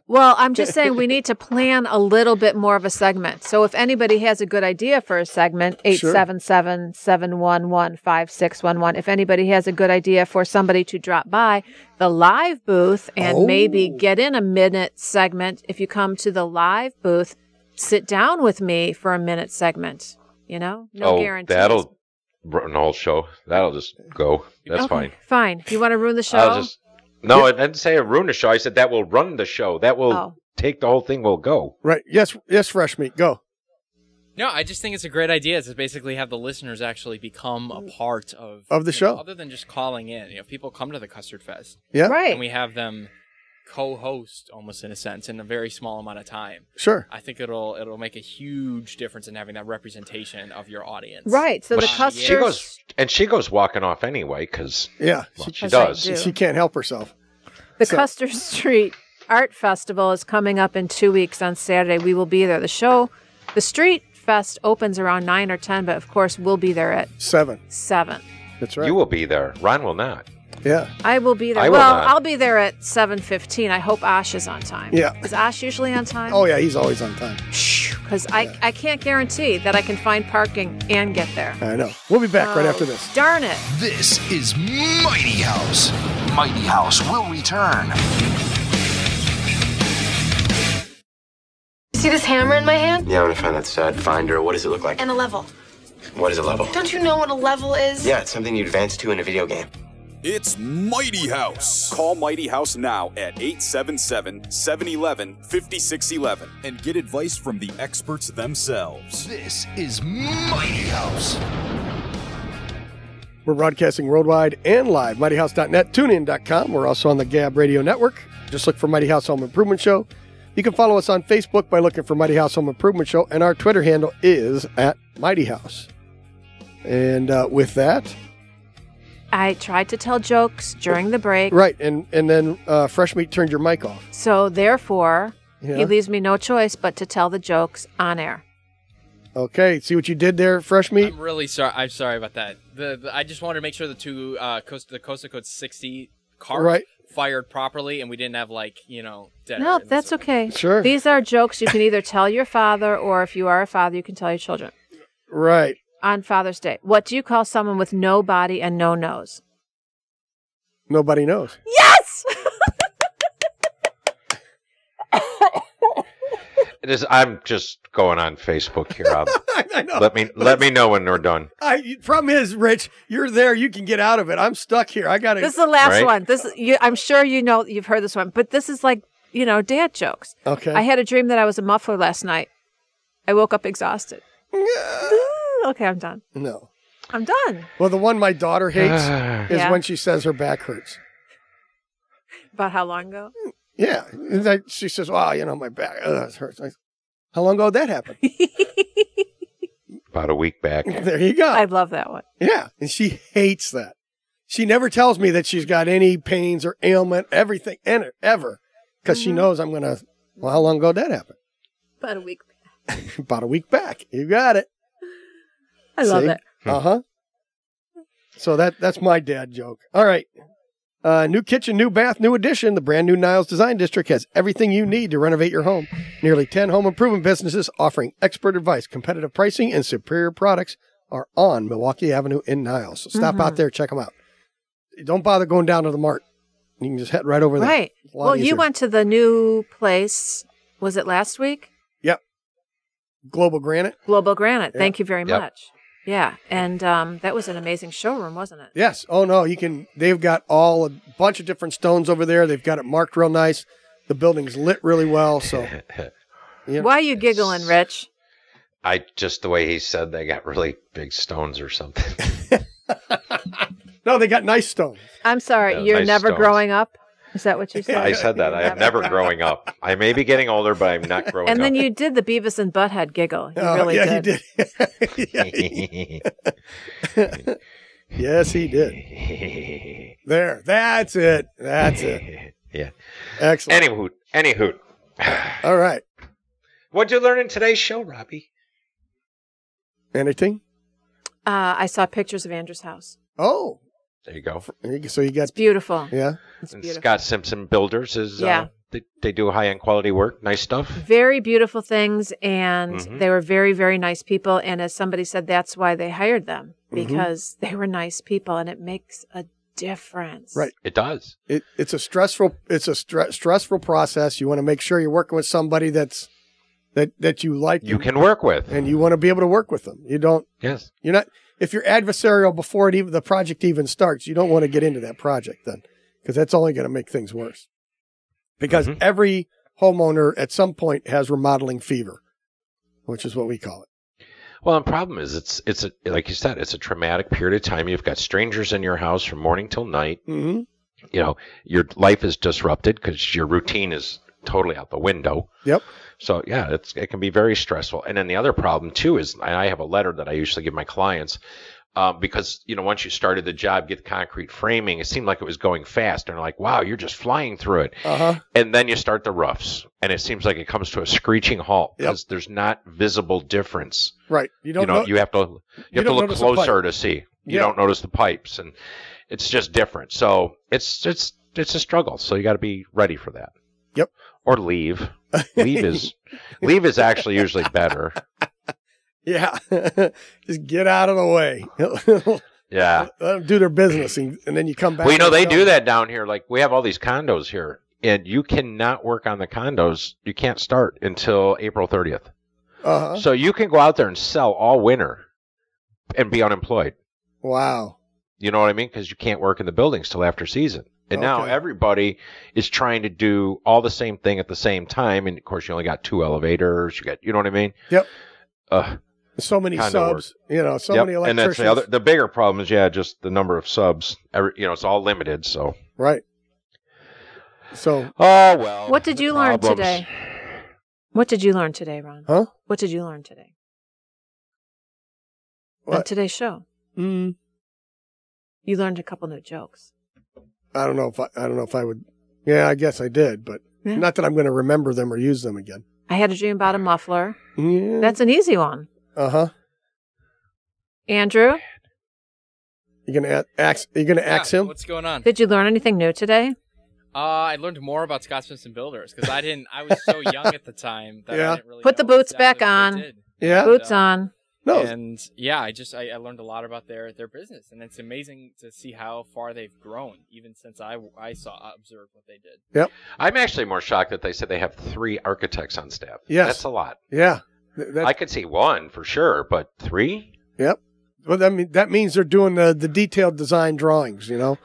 [SPEAKER 3] well, I'm just saying we need to plan a little bit more of a segment. So if anybody has a good idea for a segment, eight seven seven seven one one five six one one. If anybody has a good idea for somebody to drop by the live booth and maybe get in a minute segment, if you come to the live booth, sit down with me for a minute segment. You know, no
[SPEAKER 4] oh,
[SPEAKER 3] guarantees.
[SPEAKER 4] that'll run the whole show. That'll just go. That's
[SPEAKER 3] Okay,
[SPEAKER 4] fine.
[SPEAKER 3] Fine. You want to ruin the show?
[SPEAKER 4] I'll just. No, I didn't say it ruined the show. I said that will run the show. That will
[SPEAKER 3] Oh.
[SPEAKER 4] take the whole thing. Will go.
[SPEAKER 2] Right. Yes, yes, fresh meat. Go.
[SPEAKER 9] No, I just think it's a great idea to basically have the listeners actually become a part
[SPEAKER 2] Mm.
[SPEAKER 9] of
[SPEAKER 2] Of the
[SPEAKER 9] you know,
[SPEAKER 2] show.
[SPEAKER 9] other than just calling in. You know, people come to the Custard Fest,
[SPEAKER 2] Yeah.
[SPEAKER 3] Right.
[SPEAKER 9] and we have them co-host almost in a sense in a very small amount of time.
[SPEAKER 2] Sure.
[SPEAKER 9] I think it'll it'll make a huge difference in having that representation of your audience.
[SPEAKER 3] Right. So
[SPEAKER 4] But
[SPEAKER 3] the
[SPEAKER 9] she-
[SPEAKER 3] custard.
[SPEAKER 4] She goes and she goes walking off anyway because
[SPEAKER 2] Yeah.
[SPEAKER 4] well, she
[SPEAKER 3] As I
[SPEAKER 4] does.
[SPEAKER 3] do.
[SPEAKER 2] She can't help herself.
[SPEAKER 3] The
[SPEAKER 2] So-
[SPEAKER 3] Custer Street Art Festival is coming up in two weeks on Saturday. We will be there. The show, the Street Fest opens around 9 or 10, but of course, we'll be there at
[SPEAKER 2] Seven.
[SPEAKER 3] 7.
[SPEAKER 2] That's right.
[SPEAKER 4] You will be there. Ron will not.
[SPEAKER 2] yeah.
[SPEAKER 3] I will be there.
[SPEAKER 4] I will
[SPEAKER 3] well,
[SPEAKER 4] not.
[SPEAKER 3] I'll be there at 7.15. I hope Ash is on time.
[SPEAKER 2] Yeah.
[SPEAKER 3] Is Ash usually on time?
[SPEAKER 2] Oh, yeah. He's always on time.
[SPEAKER 3] Because I, I can't guarantee that I can find parking and get there.
[SPEAKER 2] I know. We'll be back right
[SPEAKER 3] Oh,
[SPEAKER 2] after this.
[SPEAKER 3] Darn it.
[SPEAKER 5] This is Mighty House. Mighty House will return.
[SPEAKER 6] You see this hammer in my hand?
[SPEAKER 7] Yeah, I want to find that stud finder. What does it look like?
[SPEAKER 6] And a level.
[SPEAKER 7] What is a level?
[SPEAKER 6] Don't you know what a level is?
[SPEAKER 7] Yeah, it's something you advance to in a video game.
[SPEAKER 8] It's Mighty House. Call Mighty House now at 877 711 5611 and get advice from the experts themselves.
[SPEAKER 5] This is Mighty House.
[SPEAKER 2] We're broadcasting worldwide and live. MightyHouse.net, tunein.com. We're also on the Gab Radio Network. Just look for Mighty House Home Improvement Show. You can follow us on Facebook by looking for Mighty House Home Improvement Show, and our Twitter handle is at Mighty House. And uh, with that,
[SPEAKER 3] I tried to tell jokes during the break.
[SPEAKER 2] right, and and then uh, Fresh Meat turned your mic off.
[SPEAKER 3] So therefore,
[SPEAKER 2] Yeah.
[SPEAKER 3] he leaves me no choice but to tell the jokes on air.
[SPEAKER 2] Okay, see what you did there, Fresh Meat.
[SPEAKER 9] I'm really sorry. I'm sorry about that. The, the- I just wanted to make sure the two uh, coast the Costa Code 60 car
[SPEAKER 2] Right.
[SPEAKER 9] fired properly, and we didn't have like you know. dead air
[SPEAKER 3] No,
[SPEAKER 9] in the
[SPEAKER 3] that's
[SPEAKER 9] system.
[SPEAKER 3] okay.
[SPEAKER 2] Sure.
[SPEAKER 3] These are jokes you can either tell your father or if you are a father, you can tell your children.
[SPEAKER 2] Right.
[SPEAKER 3] On Father's Day, what do you call someone with no body and no nose?
[SPEAKER 2] Nobody knows.
[SPEAKER 3] Yes!
[SPEAKER 4] It is. I'm just going on Facebook here. I'll,
[SPEAKER 2] I know.
[SPEAKER 4] let me let me know when we're done.
[SPEAKER 2] I, problem is, Rich, you're there. You can get out of it. I'm stuck here. I got to.
[SPEAKER 3] this is the last
[SPEAKER 4] Right?
[SPEAKER 3] one. This is- you, I'm sure you know you've heard this one, but this is like, you know, dad jokes.
[SPEAKER 2] Okay.
[SPEAKER 3] I had a dream that I was a muffler last night. I woke up exhausted. Ah, okay, I'm done.
[SPEAKER 2] no.
[SPEAKER 3] I'm done.
[SPEAKER 2] Well, the one my daughter hates is
[SPEAKER 3] Yeah.
[SPEAKER 2] when she says her back hurts.
[SPEAKER 3] About how long ago?
[SPEAKER 2] Yeah. And I- she says, "Wow, you know, my back ugh, it hurts." I- How long ago did that happen?
[SPEAKER 4] About a week back.
[SPEAKER 2] there you go.
[SPEAKER 3] I love that one.
[SPEAKER 2] yeah. And she hates that. She never tells me that she's got any pains or ailment, everything, and ever, because
[SPEAKER 3] Mm-hmm.
[SPEAKER 2] she knows I'm gonna. Well, how long ago did that happen?
[SPEAKER 3] About a week.
[SPEAKER 2] About a week back. You got it.
[SPEAKER 3] I love
[SPEAKER 2] See?
[SPEAKER 3] it.
[SPEAKER 2] Uh huh. So that that's my dad joke. All right. Uh, new kitchen, new bath, new addition. The brand new Niles Design District has everything you need to renovate your home. Nearly 10 home improvement businesses offering expert advice, competitive pricing, and superior products are on Milwaukee Avenue in Niles. So stop
[SPEAKER 3] Mm-hmm.
[SPEAKER 2] out there, check them out. Don't bother going down to the mart. You can just head right over there.
[SPEAKER 3] Right.
[SPEAKER 2] It's a lot
[SPEAKER 3] Well, you
[SPEAKER 2] easier.
[SPEAKER 3] went to the new place. Was it last week?
[SPEAKER 2] Global Granite?
[SPEAKER 3] Global Granite.
[SPEAKER 2] Yeah.
[SPEAKER 3] Thank you very
[SPEAKER 4] Yep.
[SPEAKER 3] much. Yeah, and um, that was an amazing showroom, wasn't it?
[SPEAKER 2] Yes. Oh no, you can. They've got all a bunch of different stones over there. They've got it marked real nice. The building's lit really well. So Yeah.
[SPEAKER 3] Why are you giggling, Rich?
[SPEAKER 4] I just the way he said they got really big stones or something.
[SPEAKER 2] no, they got nice stones.
[SPEAKER 3] I'm sorry,
[SPEAKER 4] Yeah,
[SPEAKER 3] you're
[SPEAKER 4] nice
[SPEAKER 3] never
[SPEAKER 4] stones.
[SPEAKER 3] growing up. Is that what you said?
[SPEAKER 4] I said that. I am never growing up. I may be getting older, but I'm not growing
[SPEAKER 3] And then
[SPEAKER 4] up.
[SPEAKER 3] you did the Beavis and Butthead giggle. You
[SPEAKER 2] Oh,
[SPEAKER 3] really
[SPEAKER 2] yeah,
[SPEAKER 3] did.
[SPEAKER 2] you did. yeah. Yes, he did. There. That's it. That's it.
[SPEAKER 4] yeah.
[SPEAKER 2] Excellent.
[SPEAKER 4] Anywho, anywho,
[SPEAKER 2] All right.
[SPEAKER 4] what'd you learn in today's show, Robbie?
[SPEAKER 2] Anything?
[SPEAKER 3] Uh, I saw pictures of Andrew's house.
[SPEAKER 2] Oh.
[SPEAKER 4] There you go.
[SPEAKER 2] So you got
[SPEAKER 3] It's beautiful.
[SPEAKER 2] yeah.
[SPEAKER 3] It's
[SPEAKER 4] And
[SPEAKER 3] beautiful.
[SPEAKER 4] Scott Simpson Builders is. Uh,
[SPEAKER 3] Yeah.
[SPEAKER 4] they, they do high end quality work. Nice stuff.
[SPEAKER 3] very beautiful things and
[SPEAKER 4] Mhm.
[SPEAKER 3] they were very very nice people and as somebody said that's why they hired them
[SPEAKER 4] Mm-hmm.
[SPEAKER 3] because they were nice people and it makes a difference
[SPEAKER 2] Right.
[SPEAKER 4] It does.
[SPEAKER 2] It, it's a stressful it's a stre- stressful process. You want to make sure you're working with somebody that's that that you like
[SPEAKER 4] You can work with.
[SPEAKER 2] Mm-hmm. and you want to be able to work with them. You don't
[SPEAKER 4] yes.
[SPEAKER 2] you're not if you're adversarial before it even the project even starts, you don't want to get into that project then because that's only going to make things worse. Because
[SPEAKER 4] Mhm.
[SPEAKER 2] every homeowner at some point has remodeling fever, which is what we call it.
[SPEAKER 4] Well, the problem is it's it's a, like you said, it's a traumatic period of time. You've got strangers in your house from morning till night.
[SPEAKER 2] Mm-hmm.
[SPEAKER 4] You know, your life is disrupted because your routine is totally out the window.
[SPEAKER 2] Yep.
[SPEAKER 4] So yeah, it's it can be very stressful. And then the other problem too is and I have a letter that I usually give my clients um, because you know once you started the job, get concrete framing, it seemed like it was going fast, and they're like, wow, you're just flying through it.
[SPEAKER 2] Uh huh.
[SPEAKER 4] And then you start the roughs, and it seems like it comes to a screeching halt
[SPEAKER 2] Yep.
[SPEAKER 4] because there's not visible difference
[SPEAKER 2] Right. You don't
[SPEAKER 4] you know,
[SPEAKER 2] know.
[SPEAKER 4] you have to you, have to
[SPEAKER 2] don't
[SPEAKER 4] look
[SPEAKER 2] notice the pipe.
[SPEAKER 4] closer to see. You
[SPEAKER 2] Yeah.
[SPEAKER 4] don't notice the pipes, and it's just different. So it's it's it's a struggle. So you got to be ready for that.
[SPEAKER 2] Yep.
[SPEAKER 4] Or leave. Leave is leave is actually usually better.
[SPEAKER 2] yeah. Just get out of the way. Let
[SPEAKER 4] Yeah.
[SPEAKER 2] them do their business, and, and then you come back.
[SPEAKER 4] Well, you know
[SPEAKER 2] and
[SPEAKER 4] they
[SPEAKER 2] tell
[SPEAKER 4] do
[SPEAKER 2] them.
[SPEAKER 4] that down here. Like we have all these condos here, and you cannot work on the condos. You can't start until April thirtieth.
[SPEAKER 2] Uh-huh.
[SPEAKER 4] So you can go out there and sell all winter, and be unemployed.
[SPEAKER 2] Wow.
[SPEAKER 4] You know what I mean? Because you can't work in the buildings till after season. And now
[SPEAKER 2] Okay.
[SPEAKER 4] everybody is trying to do all the same thing at the same time. And of course, you only got two elevators. You got, you know what I mean?
[SPEAKER 2] Yep.
[SPEAKER 4] Uh,
[SPEAKER 2] So many
[SPEAKER 4] Kinda
[SPEAKER 2] subs. You know, so
[SPEAKER 4] yep.
[SPEAKER 2] many
[SPEAKER 4] and
[SPEAKER 2] electricians.
[SPEAKER 4] that's the other. The bigger problem is, yeah, just the number of subs. Every, you know, it's all limited. So,
[SPEAKER 2] Right. So
[SPEAKER 4] oh well.
[SPEAKER 3] What did
[SPEAKER 4] the
[SPEAKER 3] you learn
[SPEAKER 4] problems.
[SPEAKER 3] today? what did you learn today ron
[SPEAKER 2] Huh?
[SPEAKER 3] what did you learn today on
[SPEAKER 2] What?
[SPEAKER 3] today's show
[SPEAKER 2] mm,
[SPEAKER 3] you learned a couple new jokes
[SPEAKER 2] I don't know if I, I don't know if I would. Yeah, I guess I did, but
[SPEAKER 3] Yeah.
[SPEAKER 2] not that I'm going to remember them or use them again.
[SPEAKER 3] i had a dream about a muffler
[SPEAKER 2] Yeah.
[SPEAKER 3] that's an easy one
[SPEAKER 2] uh huh.
[SPEAKER 3] andrew
[SPEAKER 2] You're gonna a- ax. You're gonna ax
[SPEAKER 9] Yeah,
[SPEAKER 2] him.
[SPEAKER 9] What's going on?
[SPEAKER 3] did you learn anything new today
[SPEAKER 9] Uh, I learned more about Scott Simpson Builders because I didn't. I was so young at the time that
[SPEAKER 2] Yeah.
[SPEAKER 9] I didn't really
[SPEAKER 3] Put the
[SPEAKER 9] know
[SPEAKER 3] boots back
[SPEAKER 9] exactly what
[SPEAKER 3] on.
[SPEAKER 9] they did.
[SPEAKER 2] Yeah.
[SPEAKER 3] boots
[SPEAKER 9] uh,
[SPEAKER 3] on
[SPEAKER 2] No.
[SPEAKER 9] And yeah, I just I, I learned a lot about their their business, and it's amazing to see how far they've grown even since I I saw observed what they did.
[SPEAKER 4] I'm actually more shocked that they said they have three architects on staff.
[SPEAKER 2] Yes.
[SPEAKER 4] that's a lot.
[SPEAKER 2] yeah. Th- That,
[SPEAKER 4] I could see one for sure, but three.
[SPEAKER 2] well, that, mean, that means they're doing the, the detailed design drawings. You know.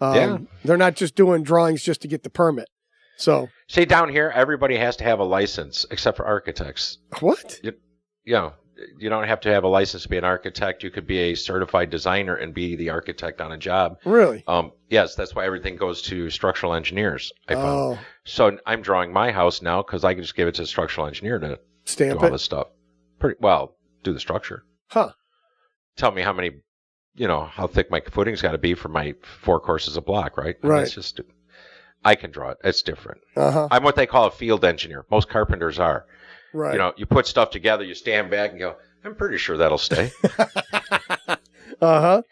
[SPEAKER 2] Um,
[SPEAKER 4] Yeah.
[SPEAKER 2] They're not just doing drawings just to get the permit. So
[SPEAKER 4] See, down here, everybody has to have a license except for architects.
[SPEAKER 2] what?
[SPEAKER 4] you know, you don't have to have a license to be an architect. You could be a certified designer and be the architect on a job.
[SPEAKER 2] Really?
[SPEAKER 4] Um, yes, that's why everything goes to structural engineers. I found.
[SPEAKER 2] oh,
[SPEAKER 4] So I'm drawing my house now because I can just give it to a structural engineer to do
[SPEAKER 2] stamp
[SPEAKER 4] all
[SPEAKER 2] it.
[SPEAKER 4] this stuff. Pretty well, do the structure.
[SPEAKER 2] Huh.
[SPEAKER 4] Tell me how many, you know, how thick my footing's got to be for my four courses a block, right? I mean,
[SPEAKER 2] Right.
[SPEAKER 4] It's just, I can draw it. It's different.
[SPEAKER 2] Uh huh.
[SPEAKER 4] I'm what they call a field engineer. Most carpenters are.
[SPEAKER 2] Right.
[SPEAKER 4] You know, you put stuff together, you stand back and go, I'm pretty sure that'll stay.
[SPEAKER 2] uh huh.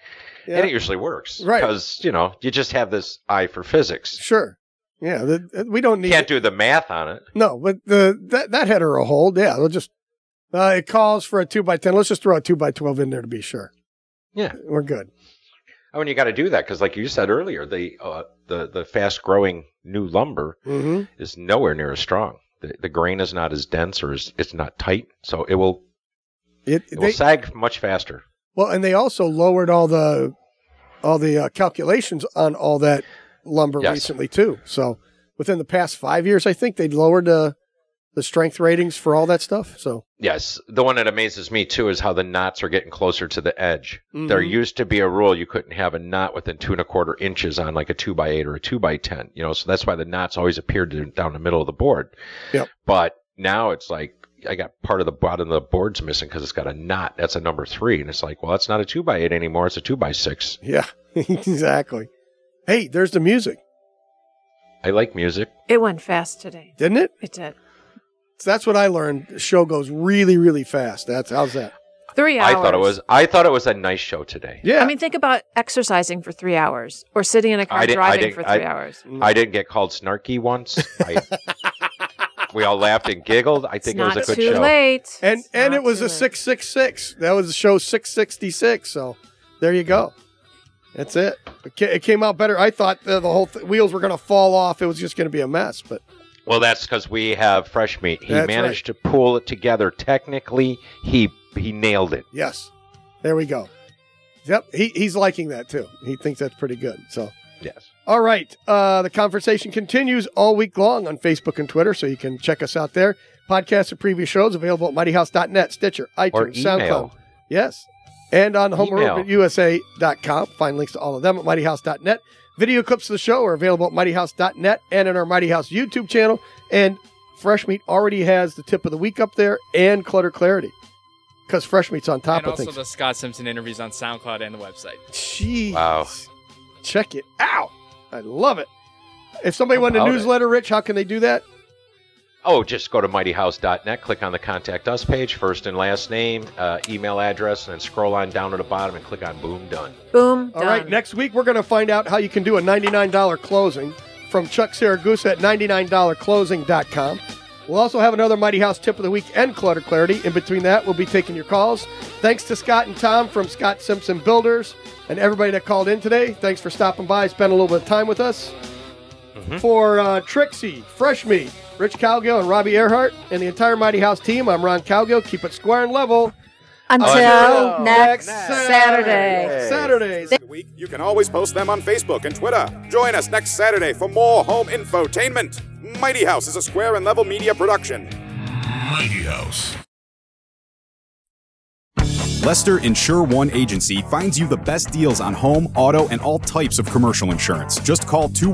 [SPEAKER 2] Yeah.
[SPEAKER 4] And it usually works.
[SPEAKER 2] Right.
[SPEAKER 4] Because, you know, you just have this eye for physics.
[SPEAKER 2] Sure. Yeah. The, uh, we don't
[SPEAKER 4] You
[SPEAKER 2] need.
[SPEAKER 4] can't do the math on it.
[SPEAKER 2] No, but the that that header will hold. Yeah, they'll just uh, it calls for a two by ten. Let's just throw a two by twelve in there to be sure.
[SPEAKER 4] Yeah.
[SPEAKER 2] We're good.
[SPEAKER 4] I mean, Oh, you got to do that because, like you said earlier, the, uh, the, the fast growing new lumber
[SPEAKER 2] Mm-hmm.
[SPEAKER 4] is nowhere near as strong. The, the grain is not as dense or as, it's not tight. So it will,
[SPEAKER 2] It,
[SPEAKER 4] it
[SPEAKER 2] they,
[SPEAKER 4] will sag much faster.
[SPEAKER 2] well, and they also lowered all the all the uh, calculations on all that lumber
[SPEAKER 4] Yes.
[SPEAKER 2] recently too. So within the past five years, I think they lowered uh, the strength ratings for all that stuff. So
[SPEAKER 4] Yes. The one that amazes me too is how the knots are getting closer to the edge. There
[SPEAKER 2] Mhm.
[SPEAKER 4] used to be a rule you couldn't have a knot within two and a quarter inches on like a two by eight or a two by ten. You know, so that's why the knots always appeared to, down the middle of the board.
[SPEAKER 2] Yep.
[SPEAKER 4] But now it's like I got part of the bottom of the board's missing because it's got a knot. That's a number three, and it's like, well, that's not a two by eight anymore. It's a two by six.
[SPEAKER 2] Yeah, exactly. Hey, there's the music,
[SPEAKER 4] I like music.
[SPEAKER 3] It went fast today.
[SPEAKER 2] didn't it?
[SPEAKER 3] It did.
[SPEAKER 2] So that's what I learned. The show goes really, really fast. That's how's that?
[SPEAKER 3] Three hours.
[SPEAKER 4] I thought it was. I thought it was a nice show today.
[SPEAKER 2] Yeah.
[SPEAKER 3] I mean, think about exercising for three hours or sitting in a car
[SPEAKER 4] I didn't- I
[SPEAKER 3] driving
[SPEAKER 4] didn't-
[SPEAKER 3] for three
[SPEAKER 4] I-
[SPEAKER 3] hours.
[SPEAKER 4] I didn't get called snarky once. I, we all laughed and giggled. I
[SPEAKER 3] It's
[SPEAKER 4] think it
[SPEAKER 3] not
[SPEAKER 4] was a good
[SPEAKER 3] too
[SPEAKER 4] show.
[SPEAKER 3] late.
[SPEAKER 2] and
[SPEAKER 3] It's
[SPEAKER 2] and
[SPEAKER 3] not
[SPEAKER 2] it was
[SPEAKER 3] too
[SPEAKER 2] a
[SPEAKER 3] late.
[SPEAKER 2] six six six. That was the show six sixty six. So there you go. That's it. It ca- it came out better. I thought the, the whole th- wheels were going to fall off. It was just going to be a mess. But
[SPEAKER 4] Well, that's because we have fresh meat. He
[SPEAKER 2] That's
[SPEAKER 4] managed to pull it together. Technically, he he nailed it.
[SPEAKER 2] yes, there we go. Yep, he, he's liking that too. He thinks that's pretty good. So
[SPEAKER 4] Yes.
[SPEAKER 2] All right. Uh, the conversation continues all week long on Facebook and Twitter, so you can check us out there. Podcasts of previous shows available at mightyhouse.net, Stitcher, iTunes,
[SPEAKER 4] Or
[SPEAKER 2] SoundCloud.
[SPEAKER 4] email.
[SPEAKER 2] Yes. And on
[SPEAKER 4] Email.
[SPEAKER 2] homeorbitusa.com. Find links to all of them at mightyhouse.net. Video clips of the show are available at mightyhouse.net and on our Mighty House YouTube channel. And Fresh Meat already has the tip of the week up there and Clutter Clarity because Fresh Meat's on top
[SPEAKER 9] and
[SPEAKER 2] of
[SPEAKER 9] also
[SPEAKER 2] things.
[SPEAKER 9] the Scott Simpson interviews on SoundCloud and the website.
[SPEAKER 2] Jeez.
[SPEAKER 4] Wow.
[SPEAKER 2] Check it out. I love it. If somebody
[SPEAKER 4] How
[SPEAKER 2] wanted a
[SPEAKER 4] about it?
[SPEAKER 2] newsletter, Rich, how can they do that?
[SPEAKER 4] Oh, just go to mightyhouse.net, click on the contact us page, first and last name, uh, email address, and then scroll on down to the bottom and click on boom done.
[SPEAKER 3] Boom.
[SPEAKER 2] All right,
[SPEAKER 3] done.
[SPEAKER 2] next week we're going to find out how you can do a $99 closing from Chuck Saragusa at $99closing.com. We'll also have another Mighty House tip of the week and clutter clarity. In between that, we'll be taking your calls. Thanks to Scott and Tom from Scott Simpson Builders and everybody that called in today. Thanks for stopping by, spending a little bit of time with us. For uh, Trixie, Fresh Meat, Rich Calgill, and Robbie Earhart, and the entire Mighty House team, I'm Ron Calgill. Keep it square and level.
[SPEAKER 3] Until
[SPEAKER 4] Until
[SPEAKER 3] next,
[SPEAKER 4] next
[SPEAKER 3] Saturday.
[SPEAKER 2] Saturdays.
[SPEAKER 8] The week, you can always post them on Facebook and Twitter. Join us next Saturday for more home infotainment. Mighty House is a square and level media production.
[SPEAKER 10] Mighty House.
[SPEAKER 8] Lester Insure One Agency finds you the best deals on home, auto, and all types of commercial insurance. Just call 2